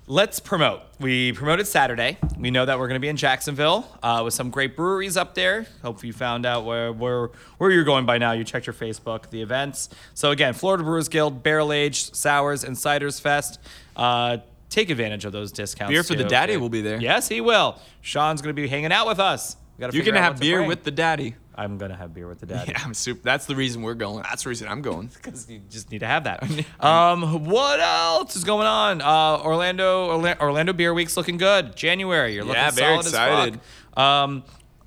Speaker 1: let's promote. We promoted Saturday. We know that we're going to be in Jacksonville uh, with some great breweries up there. Hope you found out where where where you're going by now. You checked your Facebook, the events. So again, Florida Brewers Guild, Barrel Aged Sours and Ciders Fest. Uh, Take advantage of those discounts.
Speaker 2: Beer for the
Speaker 1: too.
Speaker 2: Daddy will be there.
Speaker 1: Yes, he will. Sean's going to be hanging out with us. We gotta
Speaker 2: you
Speaker 1: figure
Speaker 2: can
Speaker 1: out
Speaker 2: have
Speaker 1: what to
Speaker 2: beer
Speaker 1: bring.
Speaker 2: with the daddy.
Speaker 1: I'm going to have beer with the daddy.
Speaker 2: Yeah, I'm super. That's the reason we're going. That's the reason I'm going.
Speaker 1: because you just need to have that. Um, what else is going on? Uh, Orlando, Orla- Orlando Beer Week's looking good. January, you're looking
Speaker 2: Yeah, very
Speaker 1: solid
Speaker 2: excited.
Speaker 1: as fuck. Um,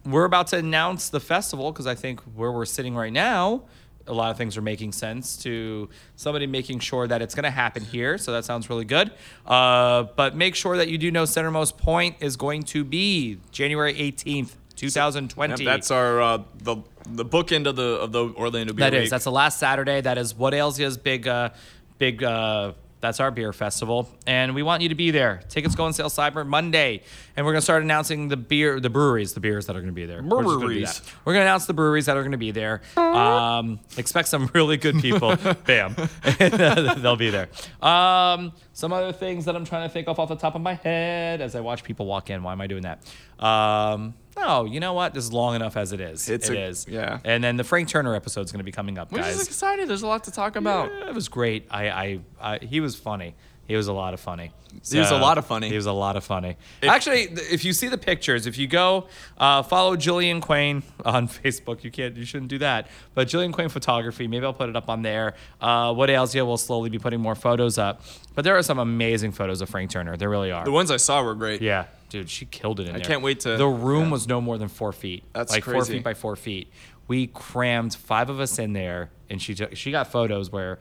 Speaker 1: we're about to announce the festival because I think where we're sitting right now, a lot of things are making sense to somebody making sure that it's going to happen here. So that sounds really good. Uh, but make sure that you do know Centermost Point is going to be January 18th, 2020.
Speaker 2: Yep, that's our uh, the the bookend of the of the Orlando Beer
Speaker 1: That is.
Speaker 2: Week.
Speaker 1: That's the last Saturday. That is what ails you's big, uh, big. Uh, that's our beer festival, and we want you to be there. Tickets go on sale Cyber Monday, and we're gonna start announcing the beer, the breweries, the beers that are gonna be there. We're just gonna do
Speaker 2: Breweries.
Speaker 1: that. We're gonna announce the breweries that are gonna be there. Um, expect some really good people. Bam, they'll be there. Um, some other things that I'm trying to think off off the top of my head as I watch people walk in. Why am I doing that? Um, no, you know what? This is long enough as it is.
Speaker 2: It's
Speaker 1: It
Speaker 2: a-
Speaker 1: is.
Speaker 2: yeah.
Speaker 1: And then the Frank Turner episode is going to be coming up,
Speaker 2: We're
Speaker 1: guys.
Speaker 2: just excited. There's a lot to talk about.
Speaker 1: Yeah, it was great. I, I, I, he was funny. He was a lot of funny.
Speaker 2: He was a
Speaker 1: So-
Speaker 2: lot of funny.
Speaker 1: He was a lot of funny. Actually, th- if you see the pictures, if you go uh, follow Jillian Quain on Facebook, you can't, you shouldn't do that. But Jillian Quain Photography, maybe I'll put it up on there. Uh, what ails you? We'll slowly be putting more photos up. But there are some amazing photos of Frank Turner. There really are.
Speaker 2: The ones I saw were great.
Speaker 1: Yeah, dude, she killed it in I there.
Speaker 2: can't wait to-
Speaker 1: The room was no more than four feet.
Speaker 2: That's
Speaker 1: like four
Speaker 2: crazy.
Speaker 1: feet by four feet. We crammed five of us in there, and she took. She got photos where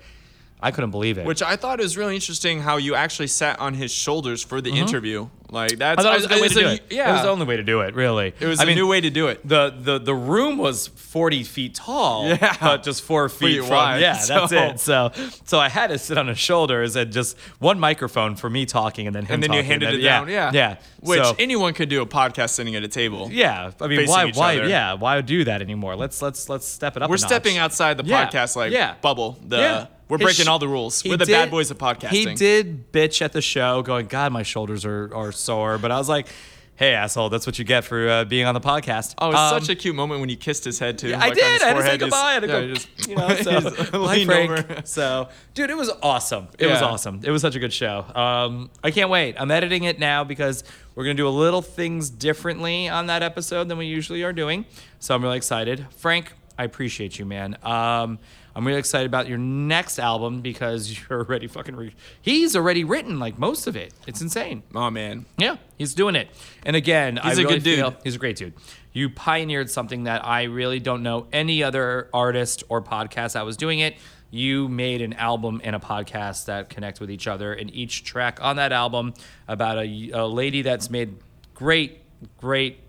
Speaker 1: I couldn't believe it.
Speaker 2: Which I thought was really interesting how you actually sat on his shoulders for the interview. Like that's
Speaker 1: Mm-hmm. I thought it was a good way
Speaker 2: it's
Speaker 1: to do
Speaker 2: a-
Speaker 1: it.
Speaker 2: Yeah,
Speaker 1: it was the only way to do it. Really,
Speaker 2: It was
Speaker 1: I
Speaker 2: a
Speaker 1: mean,
Speaker 2: new way to do it.
Speaker 1: The, the the room was 40 feet tall
Speaker 2: Yeah.
Speaker 1: but just four feet
Speaker 2: Feet
Speaker 1: from,
Speaker 2: wide,
Speaker 1: yeah
Speaker 2: so-
Speaker 1: that's it so so i had to sit on his shoulders and just one microphone for me talking and then him
Speaker 2: And then you
Speaker 1: talking,
Speaker 2: handed
Speaker 1: and
Speaker 2: it
Speaker 1: then-
Speaker 2: down. Yeah,
Speaker 1: yeah
Speaker 2: Which
Speaker 1: So-
Speaker 2: anyone could do a podcast sitting at a table.
Speaker 1: Yeah, I mean,
Speaker 2: facing
Speaker 1: why,
Speaker 2: each
Speaker 1: why,
Speaker 2: other.
Speaker 1: yeah, why do that anymore? Let's let's let's step it up.
Speaker 2: We're
Speaker 1: a notch.
Speaker 2: stepping outside the
Speaker 1: Yeah,
Speaker 2: podcast like
Speaker 1: yeah.
Speaker 2: bubble. The
Speaker 1: Yeah.
Speaker 2: we're
Speaker 1: His
Speaker 2: breaking
Speaker 1: sh-
Speaker 2: all the rules.
Speaker 1: He
Speaker 2: We're the
Speaker 1: did-
Speaker 2: bad boys of podcasting.
Speaker 1: He did bitch at the show, going, "God, my shoulders are are sore," but I was like, "Hey, asshole, that's what you get for uh, being on the podcast."
Speaker 2: Oh, it's
Speaker 1: Um,
Speaker 2: such a cute moment when you kissed his head too.
Speaker 1: yeah,
Speaker 2: like
Speaker 1: I
Speaker 2: on
Speaker 1: did.
Speaker 2: his
Speaker 1: I had to say
Speaker 2: forehead. He's-
Speaker 1: goodbye. And I go,
Speaker 2: yeah, just-
Speaker 1: you know,
Speaker 2: he's
Speaker 1: so, bye,
Speaker 2: leaned
Speaker 1: Frank.
Speaker 2: over.
Speaker 1: So, dude, it was awesome. It was
Speaker 2: Yeah.
Speaker 1: awesome. It was such a good show. Um, I can't wait. I'm editing it now because we're gonna do a little things differently on that episode than we usually are doing. So I'm really excited. Frank, I appreciate you, man. Um, I'm really excited about your next album because you're already fucking. Re- He's already written like most of it. It's insane.
Speaker 2: Oh man,
Speaker 1: Yeah, he's doing it. And again,
Speaker 2: He's
Speaker 1: I
Speaker 2: a
Speaker 1: really
Speaker 2: good dude.
Speaker 1: feel he's a great dude. You pioneered something that I really don't know any other artist or podcast that was doing it. You made an album and a podcast that connect with each other, and each track on that album about a, a lady that's made great, great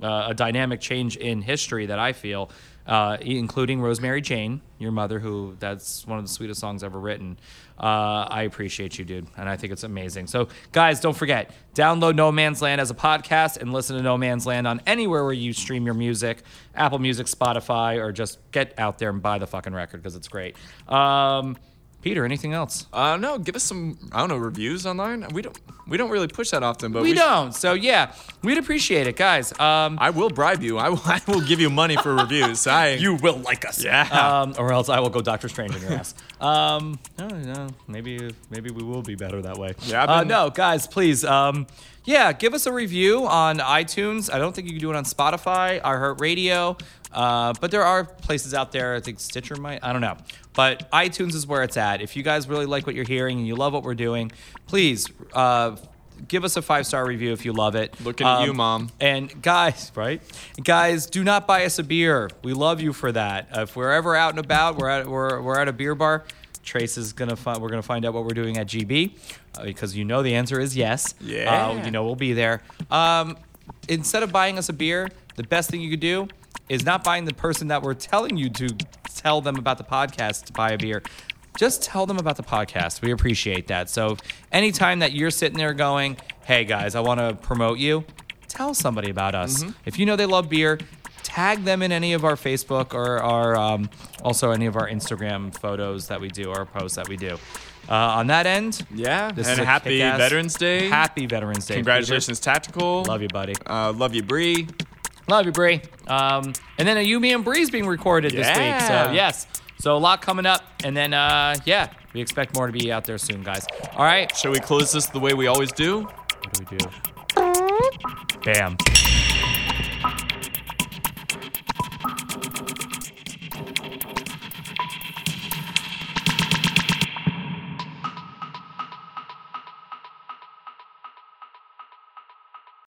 Speaker 1: uh, a dynamic change in history that I feel, uh, including Rosemary Jane, your mother, who that's one of the sweetest songs ever written. Uh, I appreciate you, dude, and I think it's amazing. So, guys, don't forget download No Man's Land as a podcast and listen to No Man's Land on anywhere where you stream your music, Apple Music, Spotify, or just get out there and buy the fucking record because it's great. Um, Peter, anything else?
Speaker 2: Uh, no, give us some. I don't know reviews online. We don't. We don't really push that often, but
Speaker 1: We
Speaker 2: we,
Speaker 1: don't. So yeah, we'd appreciate it, guys. Um,
Speaker 2: I will bribe you. I will, I will give you money for reviews. I
Speaker 1: you will like us.
Speaker 2: Yeah.
Speaker 1: Um, or else I will go Doctor Strange in your ass. Um, no, no, maybe maybe we will be better that way.
Speaker 2: Yeah, I've
Speaker 1: Uh,
Speaker 2: been-
Speaker 1: no, guys, please. Um, yeah, give us a review on iTunes. I don't think you can do it on Spotify, iHeartRadio, uh, but there are places out there. I think Stitcher might. I don't know, but iTunes is where it's at. If you guys really like what you're hearing and you love what we're doing, please. Uh, Give us a five star review if you love it. Um,
Speaker 2: Looking at you, Mom.
Speaker 1: And guys, right? Guys, do not buy us a beer. We love you for that. Uh, if we're ever out and about, we're at we're, we're at a beer bar. Trace is gonna find. We're gonna find out what we're doing at GB uh, because you know the answer is yes.
Speaker 2: Yeah.
Speaker 1: Uh, you know we'll be there. Um, instead of buying us a beer, the best thing you could do is not buying the person that we're telling you to tell them about the podcast to buy a beer. Just tell them about the podcast. We appreciate that. So anytime that you're sitting there going, "Hey guys, I want to promote you," tell somebody about us. If you know they love beer, tag them in any of our Facebook or our um, also any of our Instagram photos that we do, our posts that we do. Uh, on that end,
Speaker 2: Yeah.
Speaker 1: this is
Speaker 2: and
Speaker 1: a
Speaker 2: happy
Speaker 1: kick-ass-
Speaker 2: Veterans Day.
Speaker 1: Happy Veterans Day.
Speaker 2: Congratulations, Tactical.
Speaker 1: Peter. Love you, buddy.
Speaker 2: Uh, love you, Bree.
Speaker 1: Love you, Bree. Um, and then a you, me, and Bree's being recorded this week. So
Speaker 2: Yeah.
Speaker 1: yes, so a lot coming up, and then uh, yeah, we expect more to be out there soon, guys. All right,
Speaker 2: Shall we close this the way we always do?
Speaker 1: what do we do? Bam.